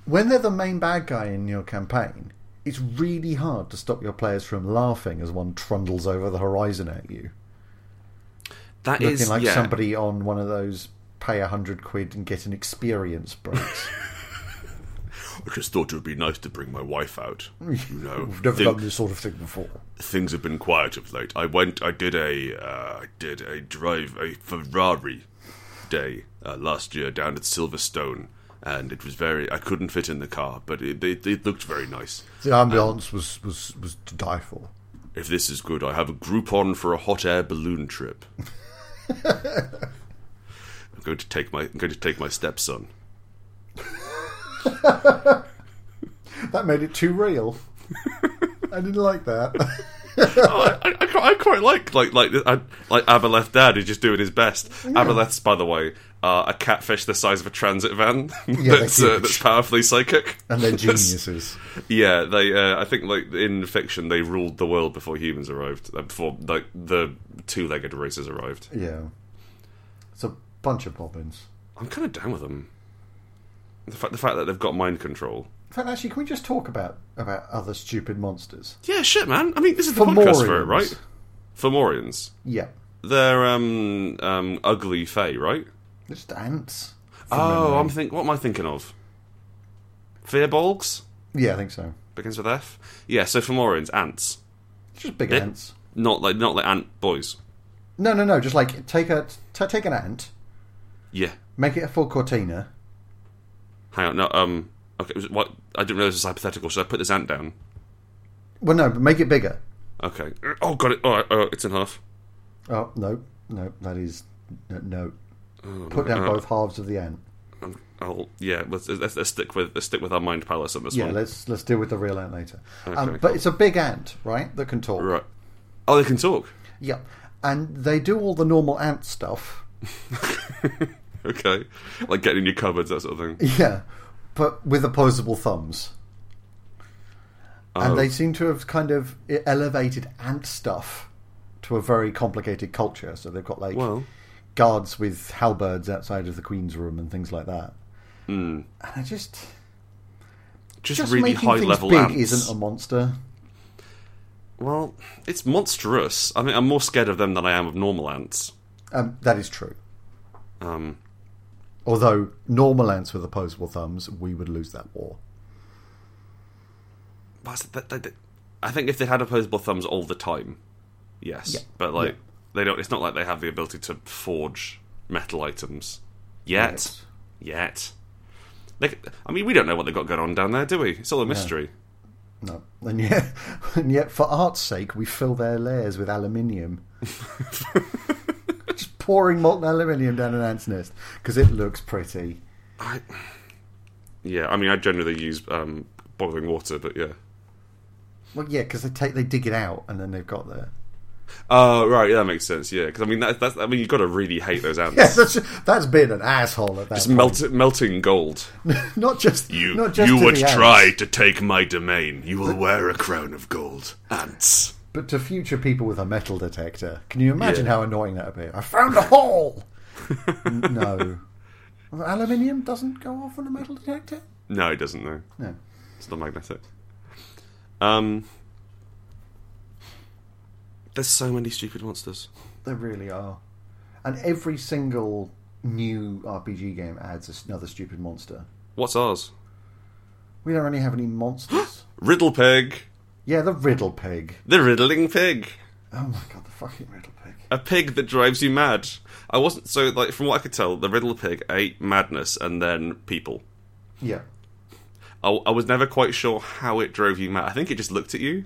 [SPEAKER 2] when they're the main bad guy in your campaign, it's really hard to stop your players from laughing as one trundles over the horizon at you,
[SPEAKER 1] That
[SPEAKER 2] looking
[SPEAKER 1] is
[SPEAKER 2] like
[SPEAKER 1] yeah.
[SPEAKER 2] somebody on one of those pay a hundred quid and get an experience [LAUGHS] breaks.
[SPEAKER 1] I just thought it would be nice to bring my wife out.
[SPEAKER 2] [LAUGHS]
[SPEAKER 1] You know,
[SPEAKER 2] We've never
[SPEAKER 1] thi-
[SPEAKER 2] done this sort of thing before.
[SPEAKER 1] things have been quiet of late. I went. I did a. Uh, I did a drive a Ferrari day uh, last year down at Silverstone, and it was very. I couldn't fit in the car, but it, it, it looked very nice.
[SPEAKER 2] The ambulance was, was was to die for.
[SPEAKER 1] If this is good, I have a Groupon for a hot air balloon [LAUGHS] trip. I'm going to take my I'm going to take my stepson.
[SPEAKER 2] That made it too [LAUGHS] real. I didn't like that.
[SPEAKER 1] oh, I, I, I, quite, I quite like like like I, like Aboleth Dad who's just doing his best. Aboleths, by the way, are a catfish the size of a transit van [LAUGHS]
[SPEAKER 2] they're
[SPEAKER 1] that's uh,
[SPEAKER 2] huge.
[SPEAKER 1] that's powerfully psychic.
[SPEAKER 2] And [LAUGHS] they're geniuses.
[SPEAKER 1] Yeah, they. Uh, I think like in fiction, they ruled the world before humans arrived. Uh, before like the two-legged races arrived.
[SPEAKER 2] yeah. It's a bunch of bobbins.
[SPEAKER 1] I'm kind of down with them. The fact the fact that they've got mind control.
[SPEAKER 2] In fact, actually, can we just talk about about other stupid monsters?
[SPEAKER 1] Yeah, shit, man. I mean, this is the podcast for it,
[SPEAKER 2] Fomorians.
[SPEAKER 1] right? Fomorians.
[SPEAKER 2] Yeah,
[SPEAKER 1] They're um um ugly fae, right?
[SPEAKER 2] they're just ants.
[SPEAKER 1] oh, I'm think. What am I thinking of? Fearbolgs.
[SPEAKER 2] Yeah, I think so.
[SPEAKER 1] begins with F. Yeah, so Fomorians, ants,
[SPEAKER 2] Just big
[SPEAKER 1] Bit-
[SPEAKER 2] ants.
[SPEAKER 1] not like not like ant boys.
[SPEAKER 2] No, no, no. Just like take a t- take an ant,
[SPEAKER 1] Yeah,
[SPEAKER 2] make it a full cortina.
[SPEAKER 1] hang on. No, um, okay. was it- What I didn't realize this was hypothetical. Should I put this ant down?
[SPEAKER 2] Well, no, but make it bigger.
[SPEAKER 1] Okay. Oh, got it. All right. Uh, it's in half.
[SPEAKER 2] Oh no, no, that is no. no. Put down
[SPEAKER 1] Oh, no.
[SPEAKER 2] both halves of the ant.
[SPEAKER 1] Um, I'll, yeah, let's, let's, let's stick with let's stick with our mind palace on this
[SPEAKER 2] Yeah,
[SPEAKER 1] one.
[SPEAKER 2] let's let's deal with the real ant later.
[SPEAKER 1] Okay,
[SPEAKER 2] um,
[SPEAKER 1] cool.
[SPEAKER 2] but it's a big ant, right? That can talk.
[SPEAKER 1] Right. Oh, they can talk.
[SPEAKER 2] Yep. And they do all the normal ant stuff.
[SPEAKER 1] [LAUGHS] Okay. Like getting in your cupboards, that sort of thing.
[SPEAKER 2] [LAUGHS] Yeah, but with opposable thumbs.
[SPEAKER 1] Oh.
[SPEAKER 2] And they seem to have kind of e-, elevated ant stuff to a very complicated culture. So they've got like
[SPEAKER 1] Well,
[SPEAKER 2] guards with halberds outside of the queen's room and things like that. And I just
[SPEAKER 1] just,
[SPEAKER 2] just
[SPEAKER 1] Hmm. really
[SPEAKER 2] making
[SPEAKER 1] high
[SPEAKER 2] things
[SPEAKER 1] level
[SPEAKER 2] big
[SPEAKER 1] ants.
[SPEAKER 2] isn't a monster.
[SPEAKER 1] Well, it's monstrous. I mean, I'm more scared of them than I am of normal ants.
[SPEAKER 2] Um, that is true.
[SPEAKER 1] Um,
[SPEAKER 2] Although normal ants with opposable thumbs, we would lose that war.
[SPEAKER 1] but that, that, that- I think if they had opposable thumbs all the time, yes.
[SPEAKER 2] Yeah.
[SPEAKER 1] But like,
[SPEAKER 2] Yeah.
[SPEAKER 1] they don't. It's not like they have the ability to forge metal items yet. Yet. They, c- I mean, we don't know what they've got going on down there, do we? It's all a mystery.
[SPEAKER 2] No, and yet, [LAUGHS] and yet, for art's sake, we fill their lairs
[SPEAKER 1] [LAUGHS]
[SPEAKER 2] with aluminium. Just pouring molten aluminium down an ant's nest because it looks pretty.
[SPEAKER 1] I, yeah, I mean, I generally use um, boiling water, but yeah.
[SPEAKER 2] Well, yeah, because they take they dig it out and then they've got the [LAUGHS]
[SPEAKER 1] Oh, right, yeah, that makes sense. Yeah, because I mean, that, that's I mean, you've got to really hate those ants.
[SPEAKER 2] yeah. That's that's been an asshole at that.
[SPEAKER 1] It's
[SPEAKER 2] point.
[SPEAKER 1] melt, melting gold.
[SPEAKER 2] [LAUGHS] not just
[SPEAKER 1] You,
[SPEAKER 2] not just
[SPEAKER 1] you
[SPEAKER 2] to
[SPEAKER 1] would
[SPEAKER 2] the ants,
[SPEAKER 1] try to take my domain. You will wear a crown of gold. Ants.
[SPEAKER 2] but to future people with a metal detector. Can you imagine
[SPEAKER 1] Yeah.
[SPEAKER 2] how annoying that would be? I found a hole.
[SPEAKER 1] [LAUGHS]
[SPEAKER 2] N- no, aluminium doesn't go off on a metal detector.
[SPEAKER 1] No, it doesn't, though.
[SPEAKER 2] No.
[SPEAKER 1] It's not magnetic. Um, there's so many stupid monsters.
[SPEAKER 2] There really are. And every single new RPG game adds another stupid monster.
[SPEAKER 1] What's ours?
[SPEAKER 2] We don't really have any [GASPS] monsters.
[SPEAKER 1] Riddle pig.
[SPEAKER 2] yeah, the Riddle Pig.
[SPEAKER 1] The riddling pig.
[SPEAKER 2] Oh my god, the fucking Riddle Pig.
[SPEAKER 1] A pig that drives you mad. I wasn't so like from what I could tell, the Riddle Pig ate madness and then people.
[SPEAKER 2] Yeah.
[SPEAKER 1] I, I was never quite sure how it drove you mad. I think it just looked at you.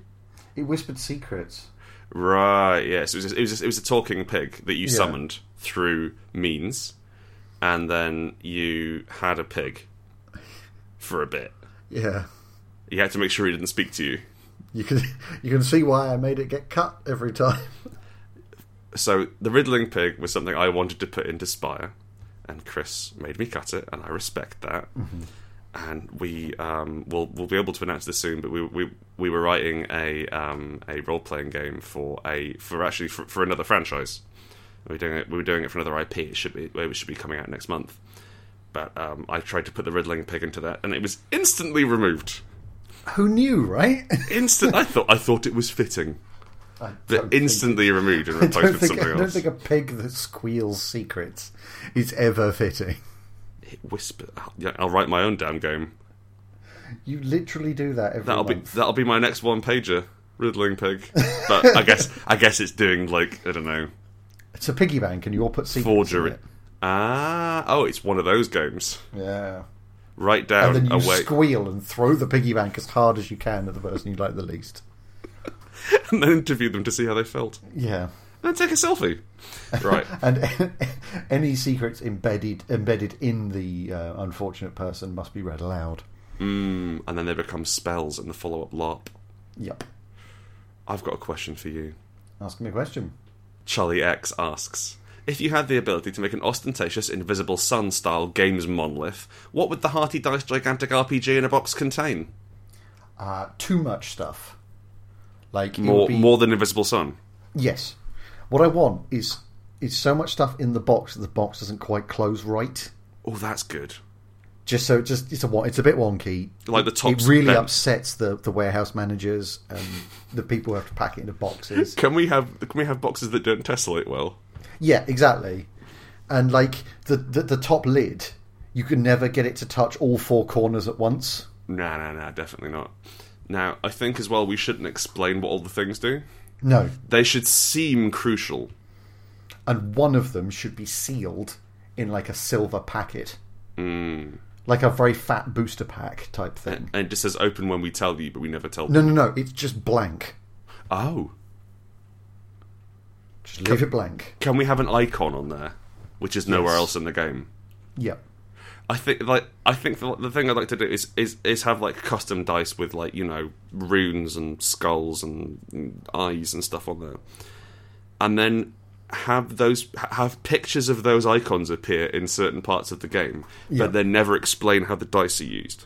[SPEAKER 2] It whispered secrets.
[SPEAKER 1] Right. Yes. It was. It was. It was a talking pig that you
[SPEAKER 2] Yeah.
[SPEAKER 1] summoned through means, and then you had a pig for a bit.
[SPEAKER 2] Yeah.
[SPEAKER 1] You had to make sure he didn't speak to you.
[SPEAKER 2] You can [LAUGHS] you can see why I made it get cut every time. [LAUGHS]
[SPEAKER 1] So the riddling pig was something I wanted to put into Spire, and Chris made me cut it, and I respect that.
[SPEAKER 2] Mm-hmm.
[SPEAKER 1] And we um, will we'll be able to announce this soon. But we we, we were writing a um, a role playing game for a for actually for, for another franchise. We were doing it. We were doing it for another IP. It should be it should be coming out next month. But um, I tried to put the riddling pig into that, and it was instantly removed.
[SPEAKER 2] Who knew, right?
[SPEAKER 1] Instant. I thought I thought it was fitting,
[SPEAKER 2] [LAUGHS] I
[SPEAKER 1] but
[SPEAKER 2] don't think-
[SPEAKER 1] instantly removed
[SPEAKER 2] [LAUGHS]
[SPEAKER 1] and
[SPEAKER 2] I don't,
[SPEAKER 1] replaced with
[SPEAKER 2] think,
[SPEAKER 1] something
[SPEAKER 2] I don't
[SPEAKER 1] else.
[SPEAKER 2] think a pig that squeals secrets is ever fitting.
[SPEAKER 1] It whisper. Yeah, I'll write my own damn game.
[SPEAKER 2] You literally do that every
[SPEAKER 1] That'll be
[SPEAKER 2] month.
[SPEAKER 1] that'll be my next one pager. Riddling
[SPEAKER 2] [LAUGHS]
[SPEAKER 1] pig. But I guess I guess it's doing like I don't know
[SPEAKER 2] It's a piggy bank, and you all put secrets. in
[SPEAKER 1] forgery.
[SPEAKER 2] it.
[SPEAKER 1] Ah, oh, it's one of those games.
[SPEAKER 2] Yeah.
[SPEAKER 1] Write
[SPEAKER 2] and
[SPEAKER 1] down
[SPEAKER 2] then you
[SPEAKER 1] away,
[SPEAKER 2] squeal and throw the piggy bank as hard as you can at the person you like the least.
[SPEAKER 1] [LAUGHS] and then interview them to see how they felt,
[SPEAKER 2] Yeah,
[SPEAKER 1] and then take a
[SPEAKER 2] [LAUGHS]
[SPEAKER 1] selfie. Right.
[SPEAKER 2] and [LAUGHS] any secrets embedded embedded in the uh, unfortunate person must be read aloud.
[SPEAKER 1] Mm, and then they become spells in the follow-up LARP.
[SPEAKER 2] Yep.
[SPEAKER 1] I've got a question for you.
[SPEAKER 2] Ask me a question.
[SPEAKER 1] Charlie X asks. If you had the ability to make an ostentatious Invisible Sun style games monolith, what would the Hearty Dice Gigantic RPG in a Box contain?
[SPEAKER 2] Uh, too much stuff. Like it would
[SPEAKER 1] More,
[SPEAKER 2] be-
[SPEAKER 1] more than Invisible Sun.
[SPEAKER 2] Yes. What I want is is so much stuff in the box that the box doesn't quite close right.
[SPEAKER 1] Oh, that's good.
[SPEAKER 2] Just so it just it's a wa- it's a bit wonky.
[SPEAKER 1] Like the
[SPEAKER 2] It
[SPEAKER 1] top's
[SPEAKER 2] really
[SPEAKER 1] bent.
[SPEAKER 2] upsets the, the warehouse managers and the people who have to pack it into boxes.
[SPEAKER 1] Can we have can we have boxes that don't tessellate well?
[SPEAKER 2] Yeah, exactly. And like the, the the top lid, you can never get it to touch all four corners at once.
[SPEAKER 1] Nah, nah, nah, definitely not. Now, I think as well we shouldn't explain what all the things do.
[SPEAKER 2] No,
[SPEAKER 1] They should seem crucial.
[SPEAKER 2] and one of them should be sealed in like a silver packet, like a very fat booster pack type thing.
[SPEAKER 1] And it just says open when we tell you, but we never tell
[SPEAKER 2] No, no, no. It's just blank.
[SPEAKER 1] Oh.
[SPEAKER 2] Just leave it blank.
[SPEAKER 1] Can we have an icon on there? Which is nowhere
[SPEAKER 2] Yes.
[SPEAKER 1] else in the game.
[SPEAKER 2] Yep.
[SPEAKER 1] I think like I think the, the thing I'd like to do is, is is have like custom dice with like you know runes and skulls and eyes and stuff on there, and then have those ha- have pictures of those icons appear in certain parts of the game,
[SPEAKER 2] Yeah.
[SPEAKER 1] but then never explain how the dice are used.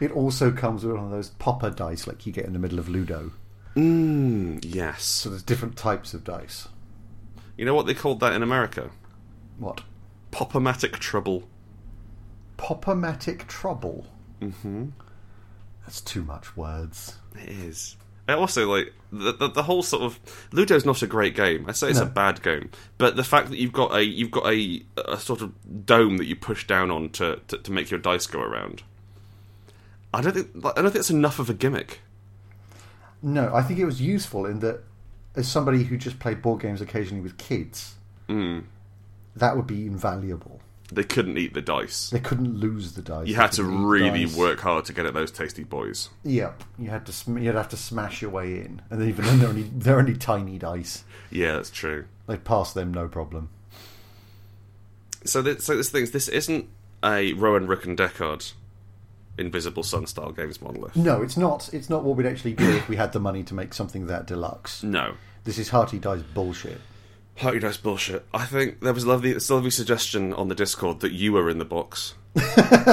[SPEAKER 2] It also comes with one of those popper dice like you get in the middle of Ludo.
[SPEAKER 1] Mm, yes,
[SPEAKER 2] So there's different types of dice.
[SPEAKER 1] you know what they called that in America?
[SPEAKER 2] What?
[SPEAKER 1] Popomatic trouble.
[SPEAKER 2] Poppermatic trouble. Mm-hmm. That's too much words.
[SPEAKER 1] It is. I also like the, the the whole sort of Ludo's not a great game. I say it's
[SPEAKER 2] No.
[SPEAKER 1] a bad game, but the fact that you've got a you've got a, a sort of dome that you push down on to, to, to make your dice go around. I don't think I don't think that's enough of a gimmick.
[SPEAKER 2] No, I think it was useful in that as somebody who just played board games occasionally with kids,
[SPEAKER 1] Hmm.
[SPEAKER 2] that would be invaluable.
[SPEAKER 1] They couldn't eat the dice.
[SPEAKER 2] They couldn't lose the dice.
[SPEAKER 1] You
[SPEAKER 2] They
[SPEAKER 1] had to
[SPEAKER 2] couldn't eat
[SPEAKER 1] really
[SPEAKER 2] dice.
[SPEAKER 1] work hard to get at those tasty boys.
[SPEAKER 2] Yep, you had to sm- you'd have to smash your way in, and even then they're only they're only tiny dice.
[SPEAKER 1] Yeah, that's true.
[SPEAKER 2] They pass them no problem.
[SPEAKER 1] So this, so this thing's this isn't a Rowan Rook and Deckard Invisible Sun style games model.
[SPEAKER 2] No, it's not. It's not what we'd actually do if we had the money to make something that deluxe.
[SPEAKER 1] No,
[SPEAKER 2] This is hearty dice bullshit. [LAUGHS]
[SPEAKER 1] Party dice bullshit. I think there was a lovely, it's a lovely suggestion on the Discord that you were in the box.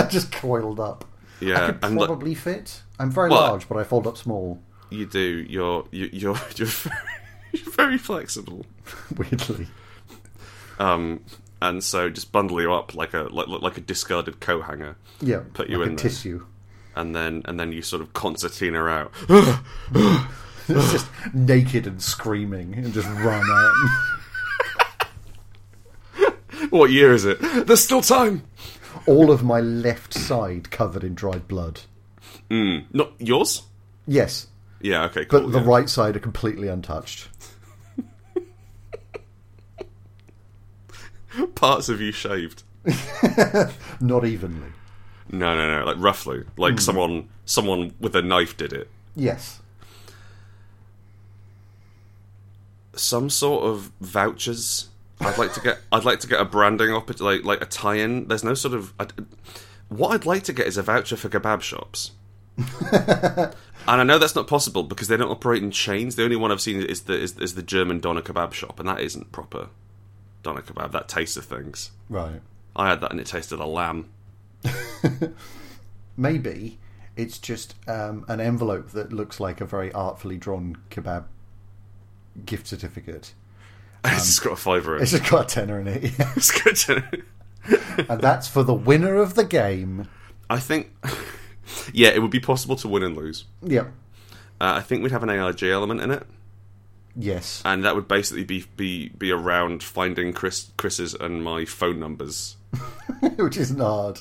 [SPEAKER 2] just coiled up. I
[SPEAKER 1] Yeah,
[SPEAKER 2] could
[SPEAKER 1] and look-
[SPEAKER 2] probably fit. I'm very
[SPEAKER 1] Well,
[SPEAKER 2] large, but I fold up small. [LAUGHS]
[SPEAKER 1] You do. You're you, you're [LAUGHS] you're very, you're very flexible.
[SPEAKER 2] Weirdly,
[SPEAKER 1] Um, and so just bundle you up like a like like a discarded coat hanger,
[SPEAKER 2] yeah.
[SPEAKER 1] Put you
[SPEAKER 2] like
[SPEAKER 1] in
[SPEAKER 2] a
[SPEAKER 1] there.
[SPEAKER 2] tissue.
[SPEAKER 1] and then and then you sort of concertina out. [LAUGHS]
[SPEAKER 2] it's just naked and screaming, and just run out.
[SPEAKER 1] what year is it? There's still time.
[SPEAKER 2] All of my left side covered in dried blood.
[SPEAKER 1] Not yours.
[SPEAKER 2] Yes,
[SPEAKER 1] Yeah. Okay.
[SPEAKER 2] but
[SPEAKER 1] Cool.
[SPEAKER 2] the
[SPEAKER 1] Oh, yeah.
[SPEAKER 2] right side are completely untouched.
[SPEAKER 1] parts of you shaved.
[SPEAKER 2] Not evenly.
[SPEAKER 1] No, no, no. Like roughly.
[SPEAKER 2] Hmm.
[SPEAKER 1] Like someone someone with a knife did it.
[SPEAKER 2] Yes.
[SPEAKER 1] some sort of vouchers. I'd like to get. I'd like to get a branding opp like like a tie-in. There's no sort of. I, what I'd like to get is a voucher for kebab shops. and I know that's not possible because they don't operate in chains. The only one I've seen is the is, is the German doner kebab shop, and that isn't proper doner kebab. That tastes of things.
[SPEAKER 2] Right.
[SPEAKER 1] I had that, and it tasted a lamb. [LAUGHS]
[SPEAKER 2] Maybe it's just um, an envelope that looks like a very artfully drawn kebab gift certificate.
[SPEAKER 1] it's just got a fiver in
[SPEAKER 2] It's
[SPEAKER 1] it.
[SPEAKER 2] just got a tenner in it. [LAUGHS] yeah.
[SPEAKER 1] [LAUGHS] It's good to-
[SPEAKER 2] and that's for the winner of the game.
[SPEAKER 1] I think. [LAUGHS] yeah, it would be possible to win and lose.
[SPEAKER 2] Yep.
[SPEAKER 1] Uh, I think we'd have an ARG element in it.
[SPEAKER 2] Yes. [LAUGHS]
[SPEAKER 1] and that would basically be be, be around finding Chris Chris's and my phone numbers. [LAUGHS]
[SPEAKER 2] Which isn't hard.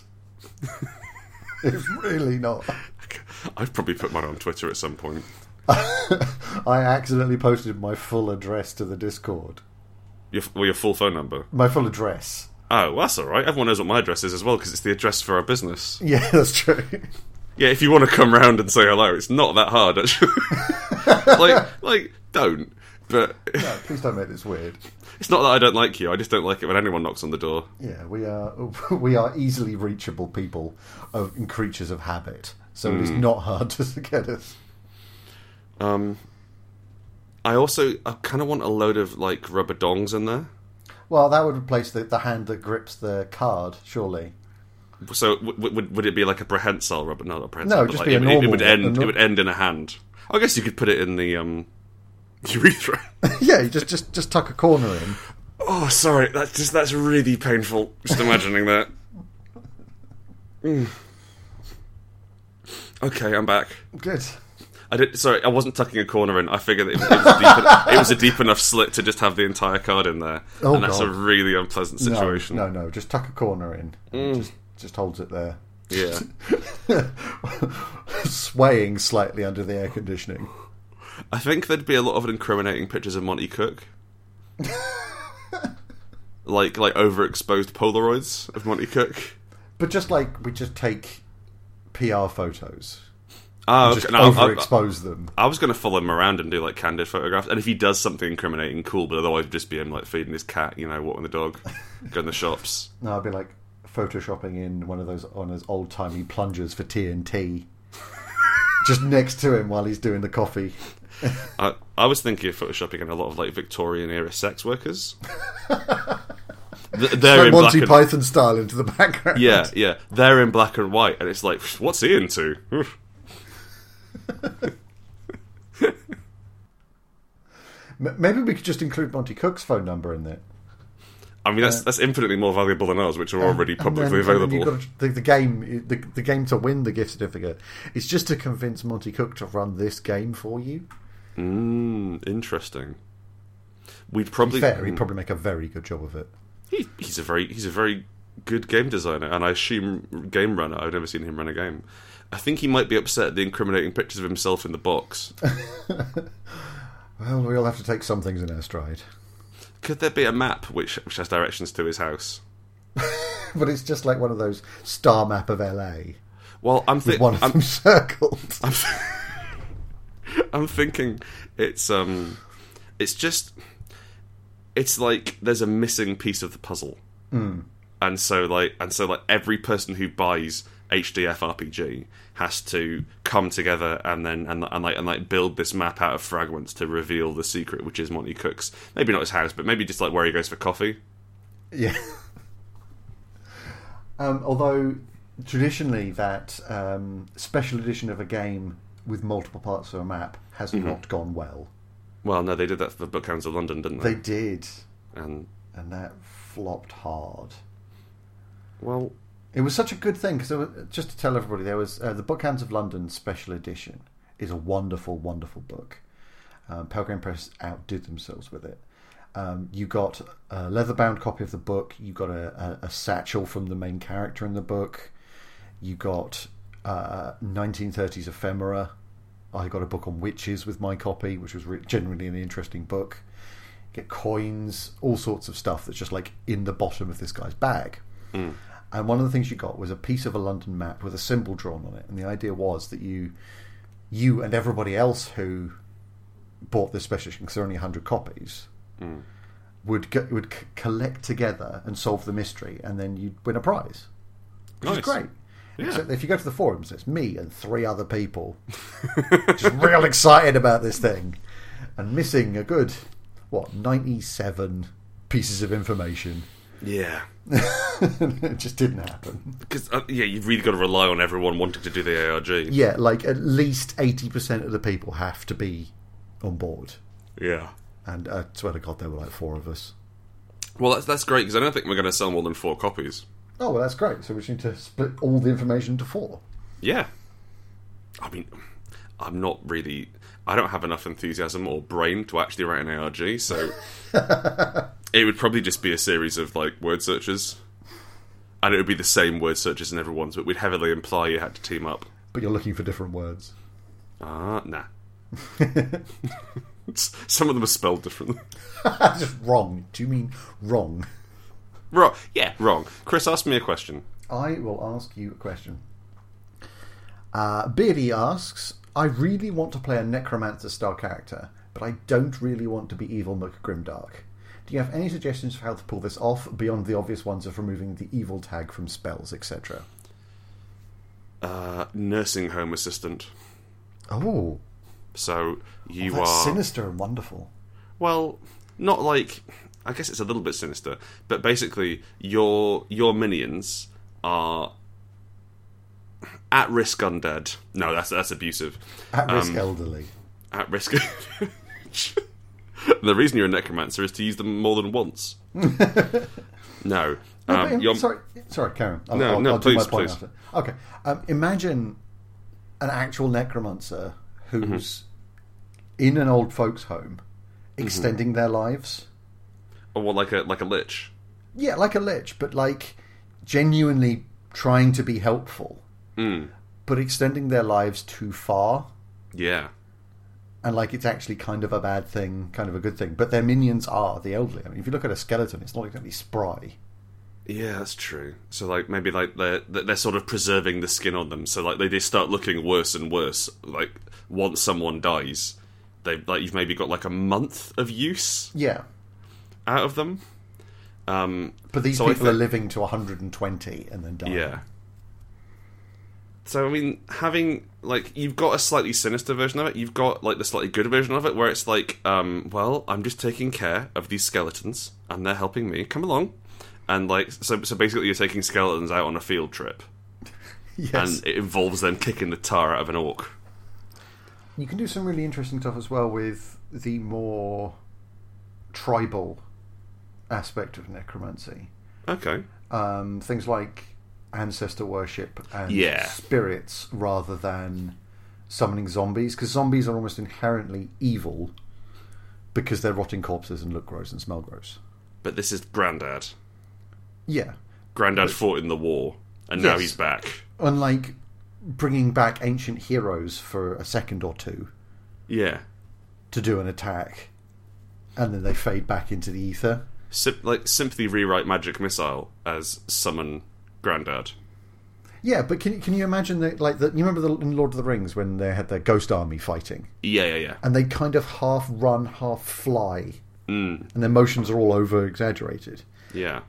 [SPEAKER 2] [LAUGHS] it's really not.
[SPEAKER 1] I've probably put mine on Twitter at some point.
[SPEAKER 2] I accidentally posted my full address to the Discord.
[SPEAKER 1] Your, well, your full phone number.
[SPEAKER 2] My full address. [LAUGHS]
[SPEAKER 1] Oh, well, that's all right. Everyone knows what my address is as well because it's the address for our business.
[SPEAKER 2] Yeah, that's true.
[SPEAKER 1] Yeah, if you want to come round and say hello, it's not that hard actually. [LAUGHS] like, like, don't. But [LAUGHS]
[SPEAKER 2] No, please don't make this weird.
[SPEAKER 1] it's not that I don't like you. I just don't like it when anyone knocks on the door.
[SPEAKER 2] Yeah, we are [LAUGHS] we are easily reachable people of, and creatures of habit, so it is not hard [LAUGHS] to get us.
[SPEAKER 1] Um, I also I kind of want a load of like rubber dongs in there.
[SPEAKER 2] Well, that would replace the, the hand that grips the card, surely. [LAUGHS]
[SPEAKER 1] So w- w- would would it be like a prehensile rubber? No, not prehensile.
[SPEAKER 2] No,
[SPEAKER 1] but
[SPEAKER 2] just
[SPEAKER 1] like,
[SPEAKER 2] be a
[SPEAKER 1] it, would- It
[SPEAKER 2] normal-
[SPEAKER 1] would end.
[SPEAKER 2] a nor-
[SPEAKER 1] it would end in a hand. I guess you could put it in the um, [LAUGHS]
[SPEAKER 2] [LAUGHS]
[SPEAKER 1] urethra.
[SPEAKER 2] yeah, you just just just tuck a corner in.
[SPEAKER 1] oh, sorry. That's just that's really painful. Just imagining that. Mm. Okay, I'm back.
[SPEAKER 2] Good.
[SPEAKER 1] I did. Sorry, I wasn't tucking a corner in. I figured it was, it was, a, deep, it was a deep enough slit to just have the entire card in there,
[SPEAKER 2] Oh,
[SPEAKER 1] and that's a
[SPEAKER 2] God.
[SPEAKER 1] really unpleasant
[SPEAKER 2] No,
[SPEAKER 1] situation.
[SPEAKER 2] Hmm. no, no, just tuck a corner in. Just just holds it there. [LAUGHS]
[SPEAKER 1] Yeah.
[SPEAKER 2] swaying slightly under the air conditioning.
[SPEAKER 1] I think there'd be a lot of incriminating pictures of Monty
[SPEAKER 2] [LAUGHS]
[SPEAKER 1] Cook. like like overexposed Polaroids of Monty Cook.
[SPEAKER 2] But [LAUGHS] just like we just take PR photos,
[SPEAKER 1] Oh,
[SPEAKER 2] just
[SPEAKER 1] okay. No, I- I,
[SPEAKER 2] overexpose them.
[SPEAKER 1] I was going to follow him around and do like candid photographs. And if he does something incriminating, cool. But otherwise, it'd just be him like feeding his cat, you know, walking the
[SPEAKER 2] [LAUGHS]
[SPEAKER 1] dog, going to the shops.
[SPEAKER 2] No, I'd be like photoshopping in one of those on his old timey plungers for TNT, just next to him while he's doing the coffee.
[SPEAKER 1] I, I was thinking of photoshopping in a lot of like Victorian era sex
[SPEAKER 2] [LAUGHS]
[SPEAKER 1] workers. Th- they're
[SPEAKER 2] Like
[SPEAKER 1] in black
[SPEAKER 2] Monty
[SPEAKER 1] and,
[SPEAKER 2] Python style into the background.
[SPEAKER 1] yeah, yeah. They're in black and white, and it's like, what's he into?
[SPEAKER 2] [LAUGHS]
[SPEAKER 1] [LAUGHS]
[SPEAKER 2] M- maybe we could just include Monty Cook's phone number in there.
[SPEAKER 1] I mean, that's that's infinitely more valuable than ours, which are already
[SPEAKER 2] Uh, And
[SPEAKER 1] publicly
[SPEAKER 2] then- and then
[SPEAKER 1] available.
[SPEAKER 2] you've got to- the, the game, the, the game to win the gift certificate is just to convince Monty Cook to run this game for you.
[SPEAKER 1] Mm, interesting. We'd probably
[SPEAKER 2] Fair, he'd probably make a very good job of it.
[SPEAKER 1] He, he's a very he's a very good game designer, and I assume game runner. I've never seen him run a game. I think he might be upset at the incriminating pictures of himself in the
[SPEAKER 2] [LAUGHS]
[SPEAKER 1] box.
[SPEAKER 2] Well, we all have to take some things in our stride,
[SPEAKER 1] Could there be a map which which has directions to his house?
[SPEAKER 2] but it's just like one of those star map of LA.
[SPEAKER 1] Well, I'm thi-
[SPEAKER 2] One of
[SPEAKER 1] I'm,
[SPEAKER 2] them [LAUGHS] circled.
[SPEAKER 1] I'm thinking it's um it's just it's like there's a missing piece of the puzzle.
[SPEAKER 2] Hmm.
[SPEAKER 1] And so like and so like every person who buys HDF RPG has to come together and then and, and like and like build this map out of fragments to reveal the secret which is Monty Cook's maybe not his house but maybe just like where he goes for coffee.
[SPEAKER 2] Yeah. Um, although traditionally, that um, special edition of a game with multiple parts of a map has not gone well.
[SPEAKER 1] Well, no, they did that for Book Hounds of London, didn't
[SPEAKER 2] They
[SPEAKER 1] they?
[SPEAKER 2] did,
[SPEAKER 1] And
[SPEAKER 2] and that flopped hard.
[SPEAKER 1] well,
[SPEAKER 2] It was such a good thing because just to tell everybody, there was uh, the Bookhounds of London Special Edition is a wonderful, wonderful book. Um, Pelgrim Press outdid themselves with it. Um, you got a leather-bound copy of the book. You got a, a, a satchel from the main character in the book. You got uh, 1930s ephemera. I got a book on witches with my copy, which was re- genuinely an interesting book. get coins, all sorts of stuff that's just like in the bottom of this guy's bag. And one of the things you got was a piece of a London map with a symbol drawn on it. And the idea was that you, you and everybody else who bought this special edition, because there are only 100 copies,
[SPEAKER 1] Mm.
[SPEAKER 2] would go, would c- collect together and solve the mystery. And then you'd win a prize, which
[SPEAKER 1] Nice.
[SPEAKER 2] is great.
[SPEAKER 1] Yeah.
[SPEAKER 2] Except if you go to the forums, it's me and three other people [LAUGHS] just real excited about this thing and missing a good, what, 97 pieces of information. [LAUGHS]
[SPEAKER 1] yeah.
[SPEAKER 2] it just didn't happen.
[SPEAKER 1] Cuz uh, yeah, you've really got to rely on everyone wanting to do the ARG.
[SPEAKER 2] Yeah, like at least 80% of the people have to be on board.
[SPEAKER 1] yeah.
[SPEAKER 2] And I swear to God, there were like four of us.
[SPEAKER 1] Well, that's that's great because I don't think we're going to sell more than four copies.
[SPEAKER 2] Oh, well, that's great. So we just need to split all the information into four.
[SPEAKER 1] Yeah, I mean, I'm not really. I don't have enough enthusiasm or brain to actually write an ARG, so it would probably just be a series of like word searches, and it would be the same word searches in everyone's, but we'd heavily imply you had to team up.
[SPEAKER 2] But you're looking for different [LAUGHS] words.
[SPEAKER 1] Ah, nah. [LAUGHS] Some of them are spelled differently.
[SPEAKER 2] just wrong. Do you mean wrong?
[SPEAKER 1] Wrong. Yeah, wrong. Chris, ask me a question.
[SPEAKER 2] I will ask you a question. Uh, Beardy asks, I really want to play a Necromancer style character, but I don't really want to be evil McGrimdark. Do you have any suggestions for how to pull this off beyond the obvious ones of removing the evil tag from spells, etc.?
[SPEAKER 1] Uh, nursing home assistant.
[SPEAKER 2] Oh,
[SPEAKER 1] So you
[SPEAKER 2] that's
[SPEAKER 1] are
[SPEAKER 2] sinister and wonderful.
[SPEAKER 1] Well, not like I guess it's a little bit sinister, but basically your your minions are at risk undead. No, that's that's abusive.
[SPEAKER 2] At risk
[SPEAKER 1] Um,
[SPEAKER 2] elderly.
[SPEAKER 1] At risk. [LAUGHS] the reason you're a necromancer is to use them more than once. no,
[SPEAKER 2] But,
[SPEAKER 1] um,
[SPEAKER 2] um,
[SPEAKER 1] you're,
[SPEAKER 2] sorry, sorry, Karen. I'll,
[SPEAKER 1] No,
[SPEAKER 2] I'll,
[SPEAKER 1] no,
[SPEAKER 2] I'll do my
[SPEAKER 1] please,
[SPEAKER 2] point
[SPEAKER 1] please.
[SPEAKER 2] after. Okay. Um, imagine an actual necromancer
[SPEAKER 1] Mm-hmm.
[SPEAKER 2] who's in an old folks' home,
[SPEAKER 1] Mm-hmm.
[SPEAKER 2] extending their lives.
[SPEAKER 1] or like a like a lich.
[SPEAKER 2] Yeah, like a lich, but like genuinely trying to be helpful,
[SPEAKER 1] Mm.
[SPEAKER 2] but extending their lives too far.
[SPEAKER 1] Yeah.
[SPEAKER 2] And like it's actually kind of a bad thing, kind of a good thing. But their minions are the elderly. I mean, if you look at a skeleton, it's not exactly spry.
[SPEAKER 1] Yeah, that's true. So like maybe like they're they're sort of preserving the skin on them. So like they just start looking worse and worse. Like once someone dies, they like you've maybe got like a month of use
[SPEAKER 2] Yeah,
[SPEAKER 1] out of them. Um,
[SPEAKER 2] but these
[SPEAKER 1] So I
[SPEAKER 2] people
[SPEAKER 1] think-
[SPEAKER 2] are living to 120 and then dying. [LAUGHS]
[SPEAKER 1] yeah. So I mean, having like you've got a slightly sinister version of it. You've got like the slightly good version of it, where it's like, um, well, I'm just taking care of these skeletons, and they're helping me. Come along, and like so. So basically, you're taking skeletons out on a field trip.
[SPEAKER 2] yes.
[SPEAKER 1] and it involves them kicking the tar out of an orc.
[SPEAKER 2] You can do some really interesting stuff as well with the more tribal aspect of necromancy.
[SPEAKER 1] Okay.
[SPEAKER 2] Um, things like ancestor worship and
[SPEAKER 1] Yeah.
[SPEAKER 2] spirits rather than summoning zombies, because zombies are almost inherently evil because they're rotting corpses and look gross and smell gross.
[SPEAKER 1] But this is Grandad.
[SPEAKER 2] Yeah.
[SPEAKER 1] Grandad fought in the war, and now
[SPEAKER 2] Yes.
[SPEAKER 1] he's back.
[SPEAKER 2] Unlike bringing back ancient heroes for a second or two
[SPEAKER 1] Yeah.
[SPEAKER 2] to do an attack and then they fade back into the ether.
[SPEAKER 1] Sim- like, simply rewrite Magic Missile as summon Grandad.
[SPEAKER 2] Yeah, but can can you imagine that? Like, the, you remember the, in Lord of the Rings when they had their ghost army fighting,
[SPEAKER 1] Yeah, yeah, yeah.
[SPEAKER 2] and they kind of half run, half fly,
[SPEAKER 1] Mm,
[SPEAKER 2] and their motions are all over exaggerated.
[SPEAKER 1] yeah.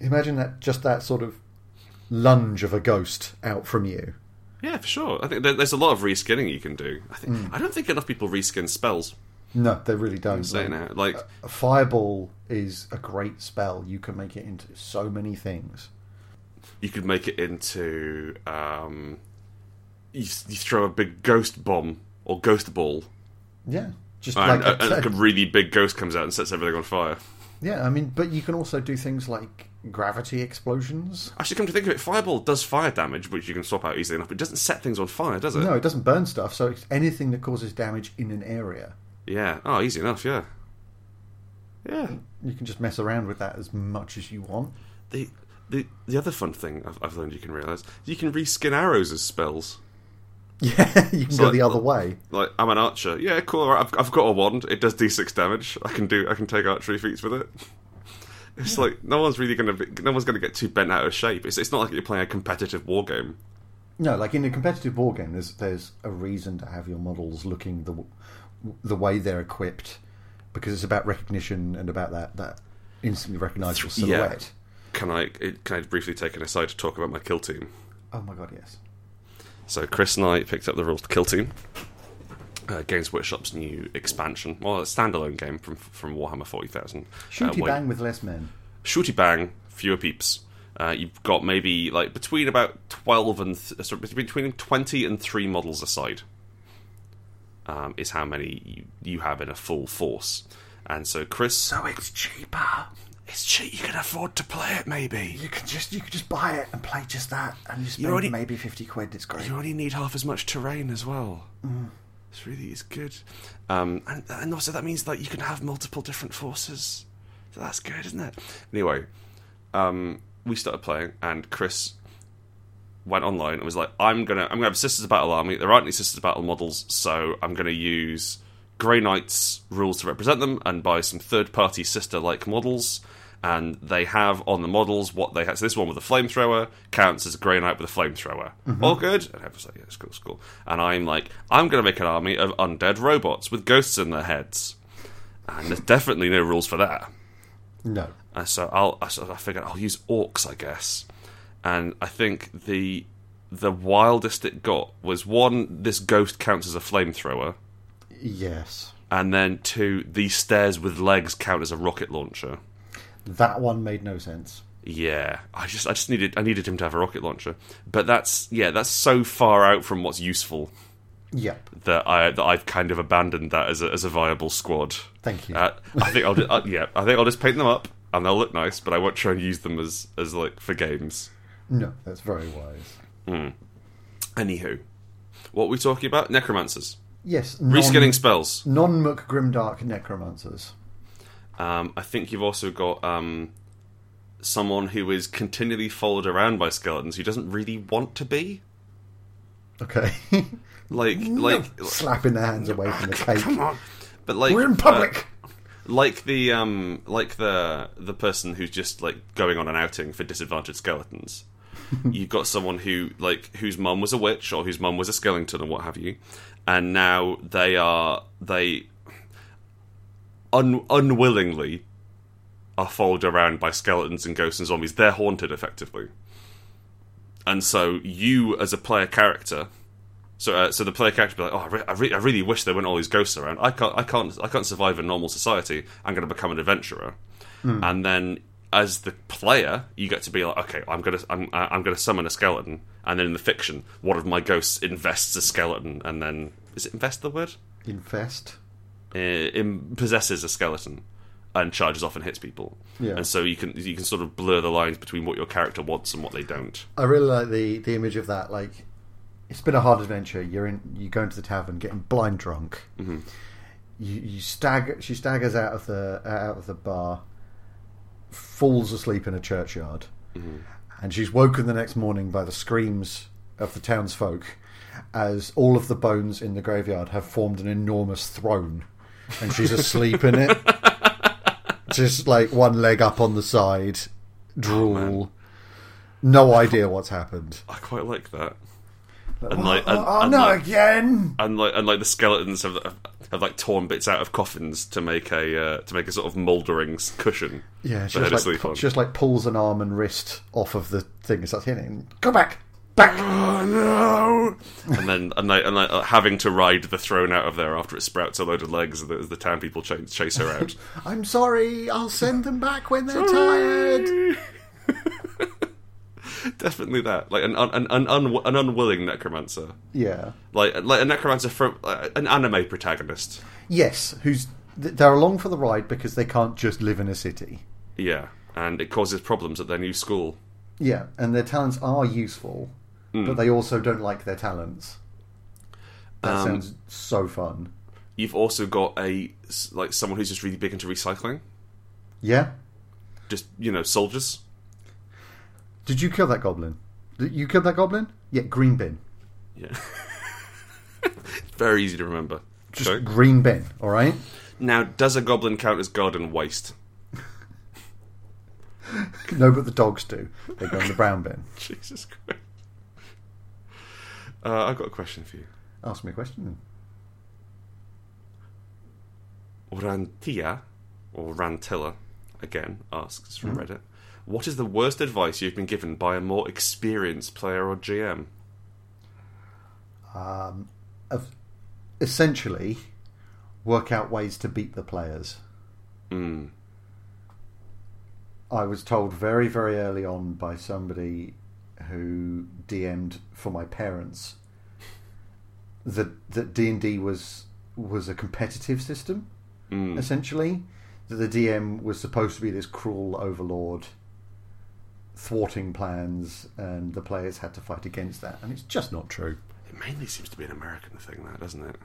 [SPEAKER 2] Imagine that, just that sort of lunge of a ghost out from you.
[SPEAKER 1] Yeah, for sure. I think there, there's a lot of reskinning you can do. I, think, I don't think enough people reskin spells.
[SPEAKER 2] No, they really don't.
[SPEAKER 1] Saying
[SPEAKER 2] Like,
[SPEAKER 1] that, like,
[SPEAKER 2] a fireball is a great spell. You can make it into so many things.
[SPEAKER 1] you could make it into um, you, you throw a big ghost bomb or ghost ball,
[SPEAKER 2] Yeah, just
[SPEAKER 1] and, uh,
[SPEAKER 2] like
[SPEAKER 1] and like a really big ghost comes out and sets everything on fire.
[SPEAKER 2] yeah. I mean, but you can also do things like gravity explosions.
[SPEAKER 1] Actually, come to think of it, fireball does fire damage, which you can swap out easily enough. But it doesn't set things on fire, does it?
[SPEAKER 2] No, it doesn't burn stuff. So it's anything that causes damage in an area.
[SPEAKER 1] Yeah. Oh, easy enough. Yeah. Yeah.
[SPEAKER 2] you can just mess around with that as much as you want.
[SPEAKER 1] The the the other fun thing I've, I've learned you can realize you can reskin arrows as spells.
[SPEAKER 2] [LAUGHS] Yeah, you can
[SPEAKER 1] So
[SPEAKER 2] go the
[SPEAKER 1] like-
[SPEAKER 2] other way.
[SPEAKER 1] Like I'm an archer. Yeah, cool. all right, I've I've got a wand. It does d6 damage. I can do. I can take archery feats with it. [LAUGHS] It's like no one's really gonna be, no one's gonna get too bent out of shape. It's it's not like you're playing a competitive war game.
[SPEAKER 2] No, like in a competitive war game, there's there's a reason to have your models looking the w- the way they're equipped because it's about recognition and about that that instantly recognizable
[SPEAKER 1] Th- yeah.
[SPEAKER 2] silhouette.
[SPEAKER 1] Can I it- can I briefly take an aside to talk about my kill team?
[SPEAKER 2] Oh my god, yes.
[SPEAKER 1] So Chris and I picked up the rules to Kill Team, uh, Games Workshop's new expansion, well, a standalone game from from Warhammer Forty Thousand. Uh,
[SPEAKER 2] Shooty bang with less men.
[SPEAKER 1] shooty bang, fewer peeps. Uh, you've got maybe like between about twelve and th- sorry, between twenty and three models a side. Um, is how many you, you have in a full force, and so Chris. So it's cheaper. It's cheap. You can afford to play it, maybe.
[SPEAKER 2] You can just you can just buy it and play just that, and you spend
[SPEAKER 1] already-
[SPEAKER 2] maybe fifty quid. It's great.
[SPEAKER 1] You only need half as much terrain as well. It's really it's good, um, and and also that means like you can have multiple different forces. So that's good, isn't it? Anyway, um, we started playing, and Chris went online and was like, "I'm gonna I'm gonna have a Sisters Battle army. There aren't any Sisters Battle models, so I'm gonna use Grey Knights rules to represent them and buy some third party sister like models." And they have on the models what they have. So this one with a flamethrower counts as a Grey Knight with a flamethrower. All good. And everyone's like, "Yeah, it's cool, it's cool." And I'm like, "I'm gonna make an army of undead robots with ghosts in their heads." And there's definitely no rules for that.
[SPEAKER 2] No,
[SPEAKER 1] And so I'll, I, sort of- I figured I'll use orcs, I guess. And I think the the wildest it got was one, this ghost counts as a flamethrower,
[SPEAKER 2] yes,
[SPEAKER 1] and then two, these stairs with legs count as a rocket launcher.
[SPEAKER 2] that one made no sense.
[SPEAKER 1] Yeah, I just I just needed I needed him to have a rocket launcher, but that's yeah that's so far out from what's useful
[SPEAKER 2] Yep,
[SPEAKER 1] that I that I've kind of abandoned that as a, as a viable squad.
[SPEAKER 2] thank you.
[SPEAKER 1] Uh, I think I'll just, uh, yeah I think I'll just paint them up and they'll look nice, but I won't try and use them as as like for games.
[SPEAKER 2] no, that's very wise.
[SPEAKER 1] Anywho, what are we talking about? Necromancers.
[SPEAKER 2] Yes,
[SPEAKER 1] Reskilling spells.
[SPEAKER 2] non Mook Grimdark necromancers.
[SPEAKER 1] Um, I think you've also got um, someone who is continually followed around by skeletons who doesn't really want to be.
[SPEAKER 2] Okay.
[SPEAKER 1] Like, like,
[SPEAKER 2] [LAUGHS] Slapping their hands away from the cake.
[SPEAKER 1] come on. But like,
[SPEAKER 2] We're in
[SPEAKER 1] uh,
[SPEAKER 2] public.
[SPEAKER 1] like the um, like the the person who's just like going on an outing for disadvantaged skeletons. You've got someone who like whose mum was a witch or whose mum was a skeleton or what have you, and now they are they un- unwillingly are followed around by skeletons and ghosts and zombies. They're haunted effectively, and so you as a player character so, uh, so the player character will be like, "Oh, I, re- I, re- I really wish there weren't all these ghosts around. I can't, I can't, I can't survive in normal society. I'm going to become an adventurer."
[SPEAKER 2] Hmm.
[SPEAKER 1] And then, as the player, you get to be like, "Okay, I'm going to, I'm, I- I'm going to summon a skeleton." And then in the fiction, one of my ghosts invests a skeleton, and then is it invest the word?
[SPEAKER 2] Infest.
[SPEAKER 1] uh, im- possesses a skeleton and charges off and hits people.
[SPEAKER 2] Yeah.
[SPEAKER 1] And so you can you can sort of blur the lines between what your character wants and what they don't.
[SPEAKER 2] I really like the the image of that. Like, it's been a hard adventure. You're in. You go into the tavern, getting blind drunk.
[SPEAKER 1] Mhm.
[SPEAKER 2] You, you stagger. She staggers out of the out of the bar, falls asleep in a churchyard, and she's woken the next morning by the screams of the townsfolk as all of the bones in the graveyard have formed an enormous throne, and she's asleep in it, just like one leg up on the side, drool. no idea what's happened.
[SPEAKER 1] I quite like that.
[SPEAKER 2] And
[SPEAKER 1] like-
[SPEAKER 2] oh,
[SPEAKER 1] and-
[SPEAKER 2] oh,
[SPEAKER 1] and
[SPEAKER 2] no
[SPEAKER 1] like-
[SPEAKER 2] again!
[SPEAKER 1] and like and like the skeletons have, have like torn bits out of coffins to make a uh, to make a sort of mouldering s- cushion.
[SPEAKER 2] Yeah, she
[SPEAKER 1] for her to
[SPEAKER 2] just, like,
[SPEAKER 1] sleep
[SPEAKER 2] pu-
[SPEAKER 1] on.
[SPEAKER 2] she just like pulls an arm and wrist off of the thing and starts hitting. it. Go back, back. [GASPS]
[SPEAKER 1] Oh no! [LAUGHS] and then and like, and like uh, having to ride the throne out of there after it sprouts a load of legs as the, as the town people chase, chase her out.
[SPEAKER 2] I'm sorry. I'll send them back when they're [LAUGHS] tired.
[SPEAKER 1] [LAUGHS] Definitely that, like an un, an an, un, an unwilling necromancer,
[SPEAKER 2] Yeah.
[SPEAKER 1] like like a necromancer from uh, an anime protagonist.
[SPEAKER 2] Yes, who's th- they're along for the ride because they can't just live in a city.
[SPEAKER 1] Yeah, and it causes problems at their new school.
[SPEAKER 2] Yeah, and their talents are useful,
[SPEAKER 1] Hmm.
[SPEAKER 2] but they also don't like their talents. That
[SPEAKER 1] Um,
[SPEAKER 2] sounds so fun.
[SPEAKER 1] You've also got a s- like someone who's just really big into recycling.
[SPEAKER 2] Yeah.
[SPEAKER 1] just you know soldiers.
[SPEAKER 2] Did you kill that goblin? Did you kill that goblin? Yeah, green bin.
[SPEAKER 1] Yeah, [LAUGHS] very easy to remember.
[SPEAKER 2] Just
[SPEAKER 1] Okay.
[SPEAKER 2] green bin. All right.
[SPEAKER 1] Now, does a goblin count as garden waste? [LAUGHS]
[SPEAKER 2] No, but the dogs do. They go in the brown bin.
[SPEAKER 1] Jesus Christ! Uh, I've got a question for you.
[SPEAKER 2] Ask me a question.
[SPEAKER 1] Rantia or Rantilla again asks from Reddit. What is the worst advice you've been given by a more experienced player or GM?
[SPEAKER 2] Um, of- essentially, work out ways to beat the players.
[SPEAKER 1] Mm.
[SPEAKER 2] I was told very, very early on by somebody who DM'd for my parents that that D and D was was a competitive system,
[SPEAKER 1] Mm.
[SPEAKER 2] essentially. That the DM was supposed to be this cruel overlord, thwarting plans, and the players had to fight against that, and it's just not true.
[SPEAKER 1] It mainly seems to be an American thing, that doesn't it?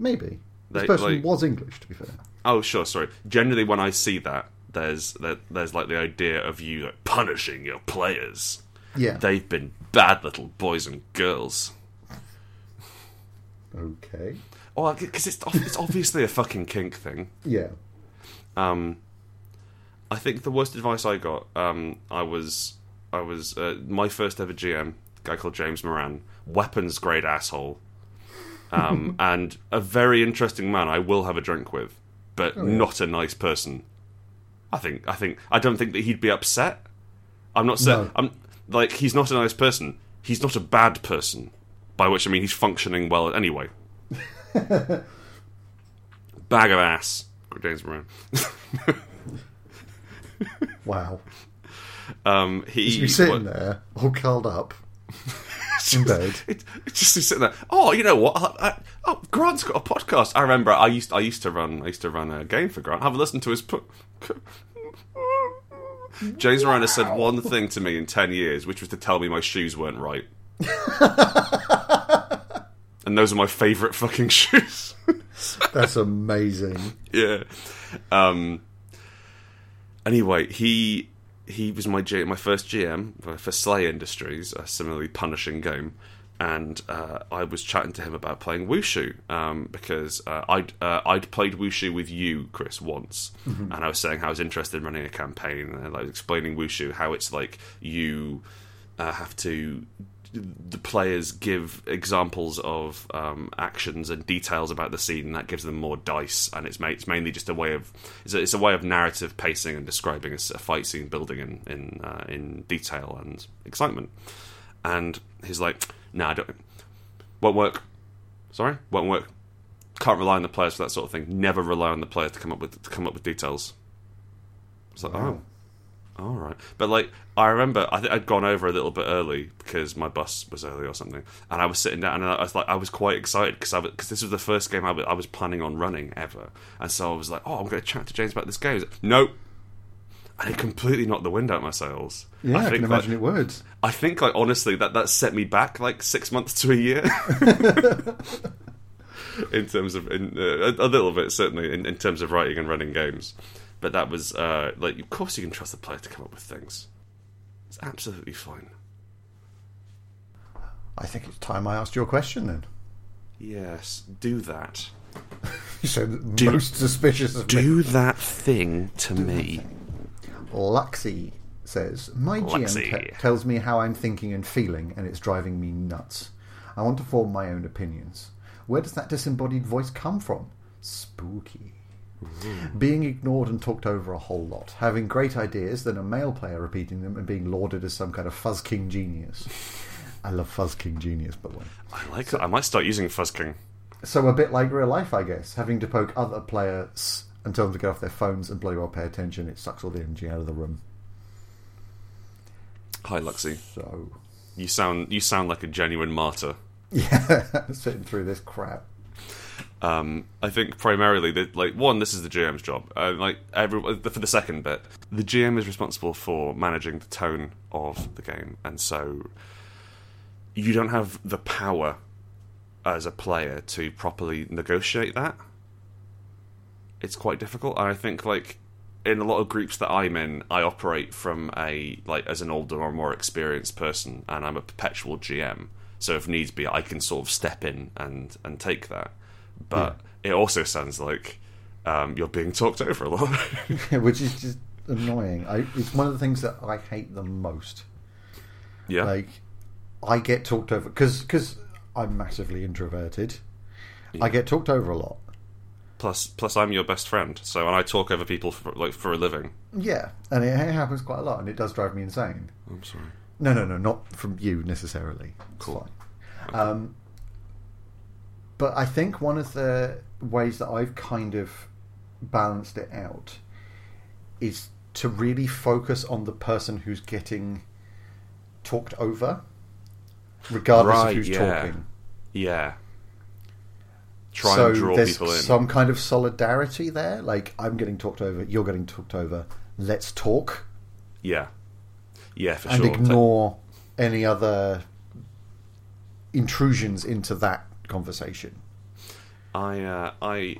[SPEAKER 2] Maybe this
[SPEAKER 1] They-
[SPEAKER 2] person
[SPEAKER 1] like-
[SPEAKER 2] was English, to be fair.
[SPEAKER 1] Oh, sure. Sorry. Generally, when I see that, there's there, there's like the idea of you like, punishing your players.
[SPEAKER 2] Yeah.
[SPEAKER 1] They've been bad little boys and girls.
[SPEAKER 2] okay.
[SPEAKER 1] Oh, because it's ob- it's obviously a fucking kink thing.
[SPEAKER 2] Yeah.
[SPEAKER 1] Um, I think the worst advice I got, um, I was I was uh, my first ever GM, a guy called James Moran, weapons grade asshole, um,
[SPEAKER 2] [LAUGHS]
[SPEAKER 1] and a very interesting man. I will have a drink with, but
[SPEAKER 2] Oh,
[SPEAKER 1] not a nice person. I think I think I don't think that he'd be upset. I'm not saying
[SPEAKER 2] No.
[SPEAKER 1] I'm like he's not a nice person. He's not a bad person, by which I mean he's functioning well
[SPEAKER 2] [LAUGHS]
[SPEAKER 1] anyway. Bag of ass, James Moran.
[SPEAKER 2] Wow.
[SPEAKER 1] Um, he
[SPEAKER 2] You sitting there, all curled up
[SPEAKER 1] [LAUGHS]
[SPEAKER 2] in bed.
[SPEAKER 1] It, it's just he's sitting there. Oh, you know what? I, I, oh, Grant's got a podcast. I remember. I used I used to run. I used to run a game for Grant. Have a listen to his. Po- [LAUGHS] James Moran has said one thing to me in ten years, which was to tell me my shoes weren't right.
[SPEAKER 2] [LAUGHS]
[SPEAKER 1] and those are my favourite fucking [LAUGHS] shoes.
[SPEAKER 2] That's
[SPEAKER 1] [LAUGHS]
[SPEAKER 2] amazing.
[SPEAKER 1] yeah. Um. Anyway, he he was my G- my first GM for Slay Industries, a similarly punishing game, and uh, I was chatting to him about playing Wushu um, because uh, I'd uh, I'd played Wushu with you, Chris, once, and I was saying how I was interested in running a campaign, and I was explaining Wushu how it's like you uh, have to the players give examples of um, actions and details about the scene, and that gives them more dice. And it's, ma- it's mainly just a way of it's a, it's a way of narrative pacing and describing a, s- a fight scene, building in in uh, in detail and excitement. And he's like, "Nah, I don't. Won't work. Sorry, won't work. Can't rely on the players for that sort of thing. Never rely on the player to come up with to come up with details." It's like, oh. All right, but like I remember, I think I'd gone over a little bit early because my bus was early or something, and I was sitting down and I was like, I was quite excited because I because this was the first game I was, I was planning on running ever, and so I was like, oh, I'm going to chat to James about this game. He's like, nope, and it completely knocked the wind out of my sails.
[SPEAKER 2] Yeah, I,
[SPEAKER 1] think
[SPEAKER 2] can
[SPEAKER 1] that-
[SPEAKER 2] imagine it would.
[SPEAKER 1] I think like honestly that that set me back like six months to a [LAUGHS] year. in terms of in, uh, a a little bit certainly in, in terms of writing and running games, but that was uh, like of course you can trust the player to come up with things. It's absolutely fine.
[SPEAKER 2] I think it's time I asked your question then. [LAUGHS]
[SPEAKER 1] Yes, do that.
[SPEAKER 2] You said most suspicious of me.
[SPEAKER 1] Do that thing to me.
[SPEAKER 2] Luxy says, My
[SPEAKER 1] Luxy.
[SPEAKER 2] GM te- tells me how I'm thinking and feeling, and it's driving me nuts. I want to form my own opinions. Where does that disembodied voice come from? Spooky. Being ignored and talked over a whole lot, having great ideas, then a male player repeating them, and being lauded as some kind of Fuzz King genius. [LAUGHS] I love Fuzz King genius, by the way.
[SPEAKER 1] I like. that. I might start using Fuzz King.
[SPEAKER 2] So a bit like real life, I guess, having to poke other players and tell them to get off their phones and blow your pay attention. It sucks all the energy out of the room.
[SPEAKER 1] Hi, Luxy.
[SPEAKER 2] So [LAUGHS]
[SPEAKER 1] You sound you sound like a genuine martyr.
[SPEAKER 2] yeah, sitting through this crap. [LAUGHS]
[SPEAKER 1] Um, I think primarily that like one, this is the GM's job. Uh, like every for the second bit, the GM is responsible for managing the tone of the game, and so you don't have the power as a player to properly negotiate that. It's quite difficult. I think like in a lot of groups that I'm in, I operate from a like as an older or more experienced person, and I'm a perpetual GM. So if needs be, I can sort of step in and and take that. But it also sounds like um, you're being talked over a lot. [LAUGHS]
[SPEAKER 2] which is just annoying. I, it's one of the things that I hate the most.
[SPEAKER 1] yeah,
[SPEAKER 2] Like, I get talked over because because I'm massively introverted. I get talked over a lot.
[SPEAKER 1] plus plus I'm your best friend, so and I talk over people for, like for a living.
[SPEAKER 2] Yeah, and it happens quite a lot, and it does drive me insane.
[SPEAKER 1] I'm sorry.
[SPEAKER 2] No, no, no, not from you necessarily. It's
[SPEAKER 1] Cool.
[SPEAKER 2] fine. Um, but I think one of the ways that I've kind of balanced it out is to really focus on the person who's getting talked over, regardless
[SPEAKER 1] Right,
[SPEAKER 2] of who's
[SPEAKER 1] yeah.
[SPEAKER 2] talking.
[SPEAKER 1] Yeah. Try
[SPEAKER 2] so
[SPEAKER 1] and draw
[SPEAKER 2] there's
[SPEAKER 1] people in.
[SPEAKER 2] some kind of solidarity there. Like I'm getting talked over, you're getting talked over. Let's talk
[SPEAKER 1] Yeah. Yeah, for
[SPEAKER 2] and
[SPEAKER 1] sure.
[SPEAKER 2] ignore any other intrusions into that conversation.
[SPEAKER 1] I, uh, I,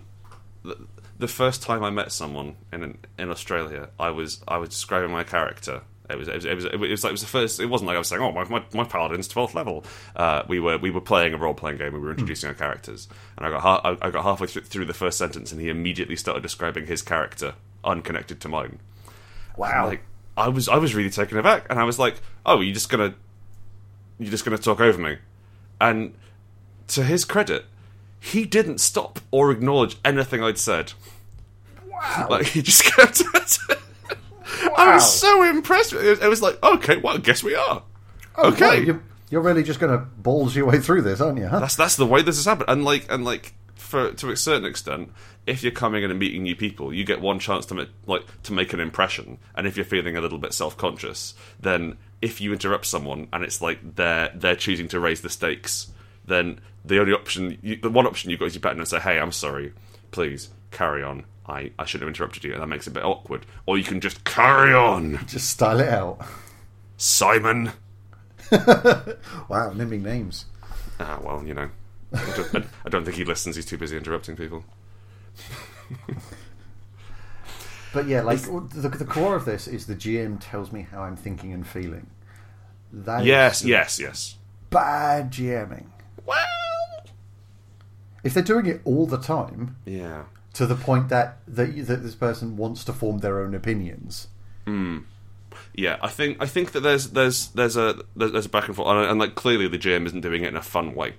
[SPEAKER 1] the, the first time I met someone in in Australia, I was I was describing my character. It was it was it was, it was like it was the first. It wasn't like I was saying, "Oh, my my, my paladin's twelfth level." Uh, we were we were playing a role playing game. We were introducing our characters, and I got ha- I, I got halfway through, through the first sentence, and he immediately started describing his character, unconnected to mine.
[SPEAKER 2] Wow.
[SPEAKER 1] Like I was I was really taken aback, and I was like, "Oh, you're just gonna you're just gonna talk over me," and to his credit, he didn't stop or acknowledge anything I'd said. Wow! Like he just [LAUGHS] kept at it. I
[SPEAKER 2] Wow.
[SPEAKER 1] was so impressed. with It It was like, okay, well, I guess we are. okay,
[SPEAKER 2] Well, Oh, you're, you're really just going to balls your way through this, aren't you? Huh?
[SPEAKER 1] that's that's the way this has happened. And like and like for to a certain extent, if you're coming in and meeting new people, you get one chance to make like to make an impression. And if you're feeling a little bit self conscious, then if you interrupt someone and it's like they're they're choosing to raise the stakes, then the only option you, the one option you've got is you better and say, Hey, I'm sorry, please carry on. I, I shouldn't have interrupted you, and that makes it a bit awkward. Or you can just carry on,
[SPEAKER 2] Just style it out.
[SPEAKER 1] Simon.
[SPEAKER 2] Wow, naming names.
[SPEAKER 1] Ah, well, you know, I don't, I- I don't think he listens. He's too busy interrupting people.
[SPEAKER 2] But yeah, like oh, the, the core of this is the GM tells me how I'm thinking and feeling. That is
[SPEAKER 1] Yes, yes, yes.
[SPEAKER 2] bad GMing.
[SPEAKER 1] Well,
[SPEAKER 2] If they're doing it all the time
[SPEAKER 1] yeah,
[SPEAKER 2] to the point that that, you- that this person wants to form their own opinions,
[SPEAKER 1] yeah. I think I think that there's there's there's a there's, there's a back and forth, and, and like clearly the GM isn't doing it in a fun way,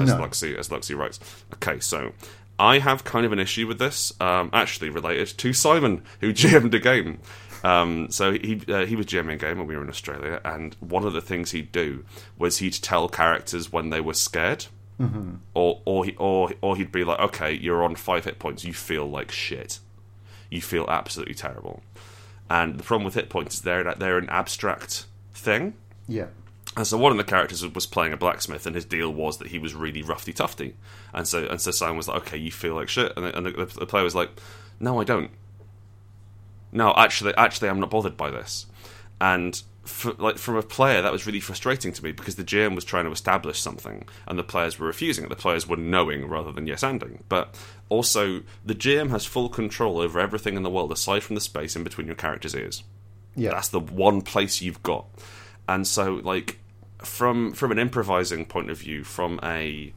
[SPEAKER 1] as
[SPEAKER 2] No.
[SPEAKER 1] Luxy as Luxy writes. Okay, so I have kind of an issue with this, um, actually related to Simon who [LAUGHS] GM'd a game. Um, so he uh, he was GMing a game when we were in Australia, and one of the things he'd do was he'd tell characters when they were scared. or or he, or or he'd be like, okay, you're on five hit points. You feel like shit. You feel absolutely terrible. And the problem with hit points is they're they're an abstract thing.
[SPEAKER 2] yeah,
[SPEAKER 1] And so one of the characters was- was playing a blacksmith, and his deal was that he was really roughy tufty. And so and so Simon was like, okay, you feel like shit. And the, and the, the player was like, no, I don't. No, actually, actually, I'm not bothered by this. And for, like from a player, that was really frustrating to me because the GM was trying to establish something, and the players were refusing it. The players were knowing rather than yes anding. But also, the GM has full control over everything in the world aside from the space in between your character's ears
[SPEAKER 2] yeah,
[SPEAKER 1] that's the one place you've got and so like from from an improvising point of view from a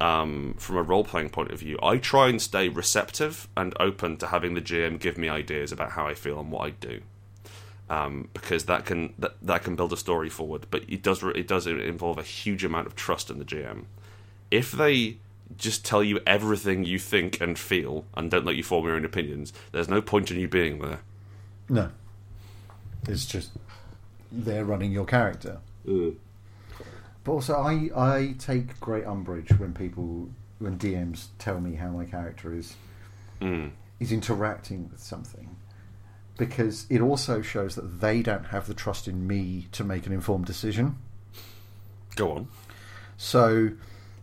[SPEAKER 1] um, from a role playing point of view, I try and stay receptive and open to having the GM give me ideas about how I feel and what I do, um, because that can that, that can build a story forward. But it does re- it does involve a huge amount of trust in the GM. If they just tell you everything you think and feel and don't let you form your own opinions, there's no point in you being there.
[SPEAKER 2] no. It's just they're running your character. But also, I I take great umbrage when people when DMs tell me how my character is is interacting with something, because it also shows that they don't have the trust in me to make an informed decision.
[SPEAKER 1] Go on.
[SPEAKER 2] So,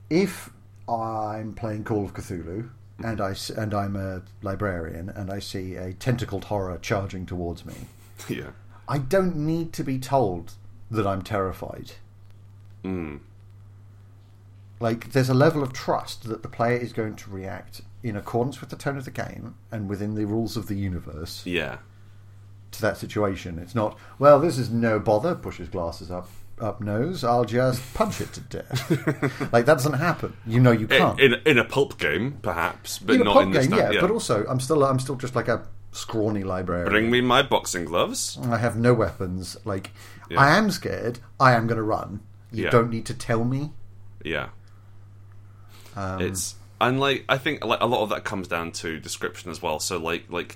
[SPEAKER 2] if I'm playing Call of Cthulhu and I s- and I'm a librarian and I see a tentacled horror charging towards me,
[SPEAKER 1] [LAUGHS] yeah.
[SPEAKER 2] I don't need to be told that I'm terrified.
[SPEAKER 1] Hmm.
[SPEAKER 2] Like, there's a level of trust that the player is going to react in accordance with the tone of the game and within the rules of the universe
[SPEAKER 1] Yeah.
[SPEAKER 2] to that situation. It's not, well, this is no bother, pushes glasses up up nose, I'll just punch it
[SPEAKER 1] [LAUGHS]
[SPEAKER 2] to death. like, that doesn't happen. You know you
[SPEAKER 1] In,
[SPEAKER 2] can't.
[SPEAKER 1] in, in a pulp game, perhaps, Eh, but
[SPEAKER 2] In a
[SPEAKER 1] not
[SPEAKER 2] pub
[SPEAKER 1] in this
[SPEAKER 2] game,
[SPEAKER 1] type-
[SPEAKER 2] yeah, but also, I'm still, I'm still just like a scrawny librarian.
[SPEAKER 1] Bring me my boxing gloves.
[SPEAKER 2] I have no weapons. Like,
[SPEAKER 1] Yeah.
[SPEAKER 2] I am scared. I am going to run. You
[SPEAKER 1] Yeah.
[SPEAKER 2] don't need to tell me.
[SPEAKER 1] Yeah.
[SPEAKER 2] Um,
[SPEAKER 1] it's and like I think like a lot of that comes down to description as well. So like like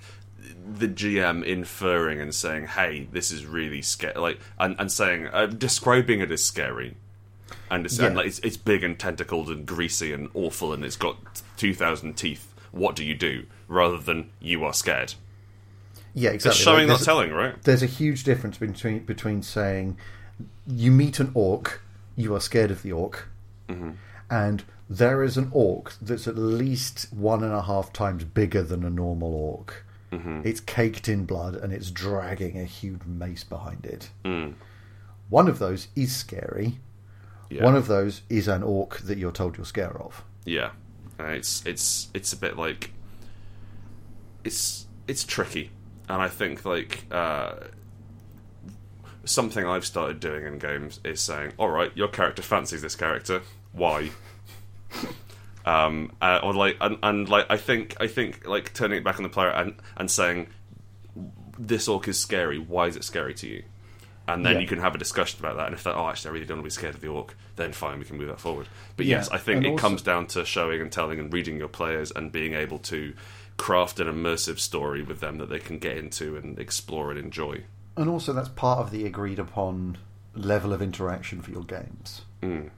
[SPEAKER 1] the GM inferring and saying, "Hey, this is really scary," like and and saying uh, describing it as scary. And it's, and
[SPEAKER 2] Yeah.
[SPEAKER 1] like it's, it's big and tentacled and greasy and awful and it's got two thousand teeth. What do you do? Rather than you are scared,
[SPEAKER 2] Yeah, exactly.
[SPEAKER 1] showing
[SPEAKER 2] Like,
[SPEAKER 1] not
[SPEAKER 2] there's,
[SPEAKER 1] telling, right?
[SPEAKER 2] there's a huge difference between between saying you meet an orc, you are scared of the orc,
[SPEAKER 1] Mm-hmm.
[SPEAKER 2] and there is an orc that's at least one and a half times bigger than a normal orc.
[SPEAKER 1] Mm-hmm.
[SPEAKER 2] It's caked in blood and it's dragging a huge mace behind it.
[SPEAKER 1] Mm.
[SPEAKER 2] One of those is scary.
[SPEAKER 1] Yeah.
[SPEAKER 2] One of those is an orc that you're told you're scared of.
[SPEAKER 1] Yeah, Uh, it's it's it's a bit like it's it's tricky, and I think like uh, something I've started doing in games is saying, "All right, your character fancies this character. Why?" [LAUGHS] um, uh, or like and, and like I think I think like turning it back on the player and and saying, "This orc is scary. Why is it scary to you?" And then
[SPEAKER 2] Yeah.
[SPEAKER 1] you can have a discussion about that. And if that, oh, actually, I really don't want to be scared of the orc, then fine, we can move that forward. But
[SPEAKER 2] Yeah,
[SPEAKER 1] yes, I think
[SPEAKER 2] and
[SPEAKER 1] it
[SPEAKER 2] also-
[SPEAKER 1] comes down to showing and telling and reading your players and being able to craft an immersive story with them that they can get into and explore and enjoy.
[SPEAKER 2] And also, that's part of the agreed upon level of interaction for your games. In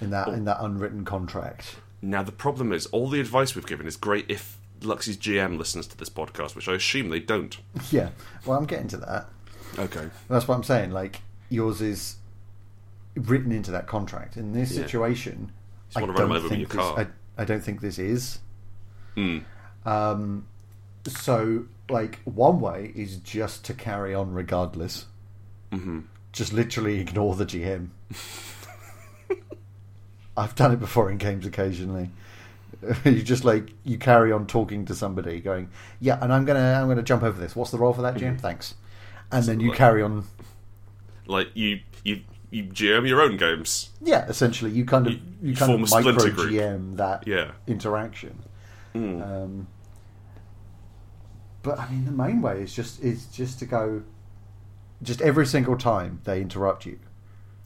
[SPEAKER 2] that in that unwritten contract.
[SPEAKER 1] Now, the problem is, all the advice we've given is great if Luxy's GM listens to this podcast, which I assume they don't.
[SPEAKER 2] Yeah. Well, I'm getting to that.
[SPEAKER 1] Okay.
[SPEAKER 2] That's what I'm saying. Like yours is written into that contract. In this
[SPEAKER 1] Yeah.
[SPEAKER 2] situation,
[SPEAKER 1] Just
[SPEAKER 2] I
[SPEAKER 1] wanna run 'em
[SPEAKER 2] don't
[SPEAKER 1] over with
[SPEAKER 2] think
[SPEAKER 1] your
[SPEAKER 2] this,
[SPEAKER 1] car. Hmm.
[SPEAKER 2] I, I don't think this is. Um, so like one way is just to carry on regardless. Mm-hmm. Just literally ignore the [LAUGHS] GM. I've done it before in games occasionally. [LAUGHS] you just like you carry on talking to somebody, going, "Yeah," and I'm gonna I'm gonna jump over this. What's the role for that,
[SPEAKER 1] Mm-hmm.
[SPEAKER 2] Jim? Thanks. And then you
[SPEAKER 1] like-
[SPEAKER 2] carry on.
[SPEAKER 1] Like you, you, you GM your own games.
[SPEAKER 2] Yeah, essentially, you kind of
[SPEAKER 1] You-
[SPEAKER 2] you,
[SPEAKER 1] you
[SPEAKER 2] kind of
[SPEAKER 1] form a splinter
[SPEAKER 2] micro
[SPEAKER 1] group.
[SPEAKER 2] GM that
[SPEAKER 1] Yeah. Hmm.
[SPEAKER 2] interaction. Um, but I mean, the main way is just is just to go. Just every single time they interrupt you,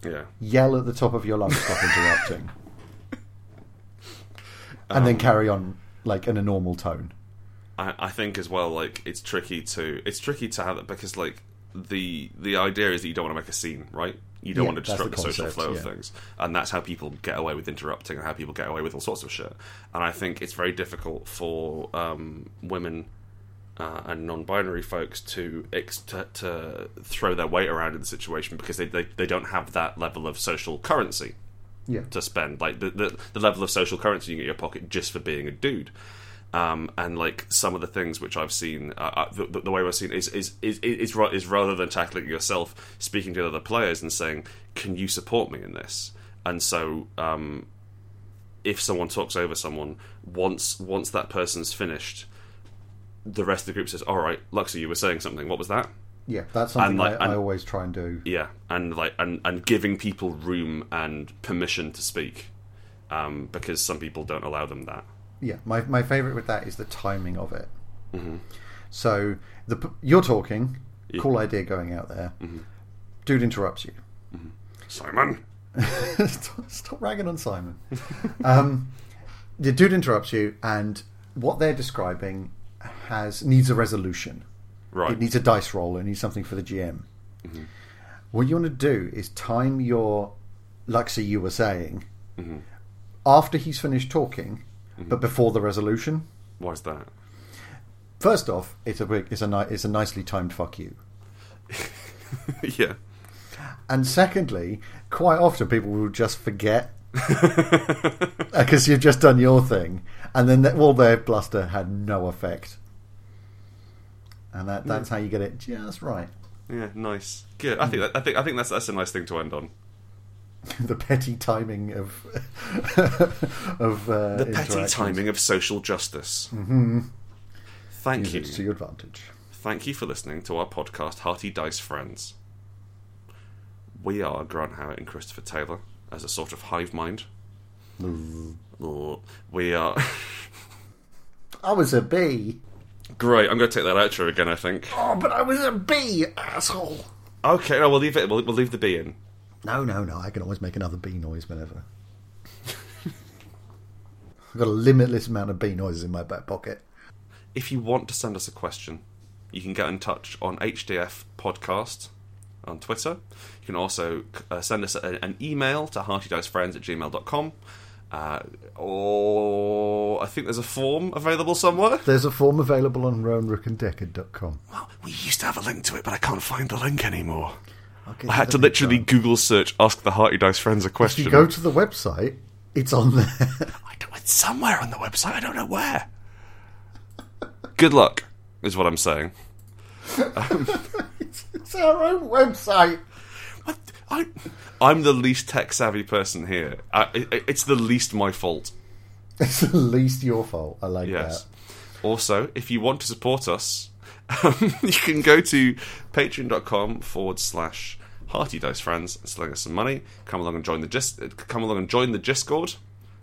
[SPEAKER 1] Yeah.
[SPEAKER 2] yell at the top of your lungs,
[SPEAKER 1] [LAUGHS]
[SPEAKER 2] stop interrupting, and
[SPEAKER 1] Um,
[SPEAKER 2] then carry on like in a normal tone.
[SPEAKER 1] I, I think as well, like it's tricky to it's tricky to have that because like the the idea is that you don't want to make a scene, right? You don't
[SPEAKER 2] Yeah,
[SPEAKER 1] want to
[SPEAKER 2] that's
[SPEAKER 1] disrupt the,
[SPEAKER 2] the
[SPEAKER 1] social
[SPEAKER 2] concept,
[SPEAKER 1] flow of
[SPEAKER 2] yeah.
[SPEAKER 1] things, and that's how people get away with interrupting and how people get away with all sorts of shit. And I think it's very difficult for um, women uh, and non-binary folks to, ex- to to throw their weight around in the situation because they, they they don't have that level of social currency
[SPEAKER 2] Yeah,
[SPEAKER 1] to spend, like the, the the level of social currency you get in your pocket just for being a dude. Um, and like some of the things which I've seen, uh, uh, the, the- the way I've seen is is is is, is, ra- is rather than tackling it yourself, speaking to the other players and saying, "Can you support me in this?" And so, um, if someone talks over someone, once once that person's finished, the rest of the group says, "All right, Luxy, you were saying something. What was that?"
[SPEAKER 2] yeah, that's something
[SPEAKER 1] And, like,
[SPEAKER 2] I,
[SPEAKER 1] and-
[SPEAKER 2] I always try and do.
[SPEAKER 1] yeah and like and and giving people room and permission to speak um because some people don't allow them that
[SPEAKER 2] yeah my, my favorite with that is the timing of it so the p- you're talking cool idea going out there dude interrupts you [LAUGHS]
[SPEAKER 1] simon
[SPEAKER 2] stop, stop ragging on simon um, the dude interrupts you and what they're describing has needs a resolution
[SPEAKER 1] right
[SPEAKER 2] it needs a dice roll it needs something for the gm what you want to do is time your luxy you were saying after he's finished talking but before the resolution
[SPEAKER 1] why is that
[SPEAKER 2] First off, it's a big, it's a ni- it's a nicely timed fuck you.
[SPEAKER 1] yeah
[SPEAKER 2] And secondly, quite often people will just forget [LAUGHS] because you've just done your thing, and then that all their bluster had no effect. And that that's how you get it just right. [LAUGHS]
[SPEAKER 1] yeah nice good i think that, i think i think that's that's a nice thing to end on
[SPEAKER 2] the petty timing of [LAUGHS] of uh,
[SPEAKER 1] the petty timing of social justice mm-hmm. thank you
[SPEAKER 2] It's to your advantage.
[SPEAKER 1] thank you for listening to our podcast hearty dice friends we are grant howard and christopher taylor as a sort of hive mind we are
[SPEAKER 2] I was a bee.
[SPEAKER 1] great i'm going to take that outro again i think
[SPEAKER 2] Oh, but I was a bee, asshole.
[SPEAKER 1] Okay, no, we'll leave it. We'll, we'll leave the B in.
[SPEAKER 2] No, no, no. I can always make another bee noise whenever. [LAUGHS] I've got a limitless amount of bee noises in my back pocket.
[SPEAKER 1] If you want to send us a question, you can get in touch on HDF Podcast on Twitter. You can also uh, send us a, an email to heartydicefriends at gmail.com. Uh, or I think there's a form available somewhere.
[SPEAKER 2] There's a form available on roanrookanddeckard.com.
[SPEAKER 1] Well, we used to have a link to it, but I can't find the link anymore.
[SPEAKER 2] I'll get
[SPEAKER 1] I
[SPEAKER 2] you
[SPEAKER 1] had
[SPEAKER 2] the
[SPEAKER 1] to
[SPEAKER 2] link
[SPEAKER 1] literally
[SPEAKER 2] down.
[SPEAKER 1] Google search "Ask the Hearty Dice Friends a
[SPEAKER 2] If you
[SPEAKER 1] question."
[SPEAKER 2] go to the website, it's on there. [LAUGHS]
[SPEAKER 1] I do it somewhere on the website. I don't know where. Good luck, is what I'm saying.
[SPEAKER 2] it's, it's our own website.
[SPEAKER 1] What? I, I'm the least tech savvy person here. I, it, it's the least my fault.
[SPEAKER 2] It's at least your fault. I like
[SPEAKER 1] Yes. Also, if you want to support us, [LAUGHS] um, you can go to patreon.com forward slash hearty dice friends and sling us some money. Come along and join the gist, Come along and join the Discord.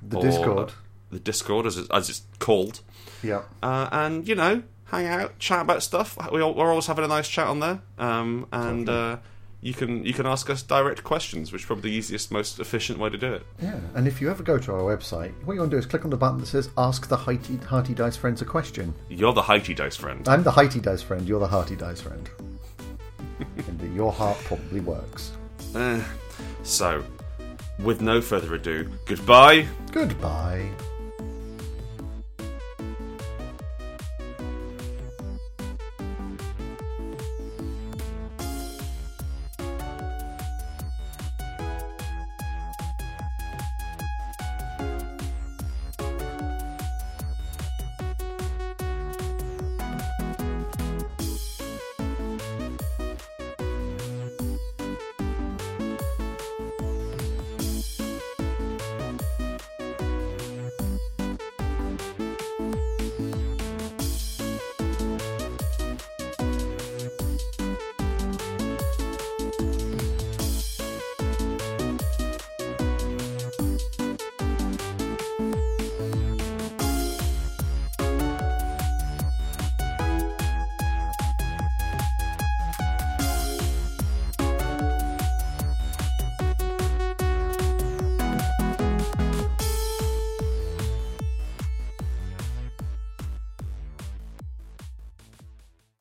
[SPEAKER 2] The Discord.
[SPEAKER 1] The Discord, as, it, as it's called.
[SPEAKER 2] that. Yep.
[SPEAKER 1] Uh, and you know, hang out, chat about stuff. We all, we're always having a nice chat on there. Um, and uh, you can you can ask us direct questions, which is probably the easiest, most efficient way to do it.
[SPEAKER 2] Yeah. And if you ever go to our website, what you want to do is click on the button that says Ask the Hearty, Hearty Dice Friends a Question.
[SPEAKER 1] You're the Heidi Dice friend.
[SPEAKER 2] I'm the Hearty Dice friend, you're the Hearty
[SPEAKER 1] [LAUGHS]
[SPEAKER 2] Dice friend. and the- your heart probably works.
[SPEAKER 1] Eh. So, with no further ado, goodbye.
[SPEAKER 2] Goodbye.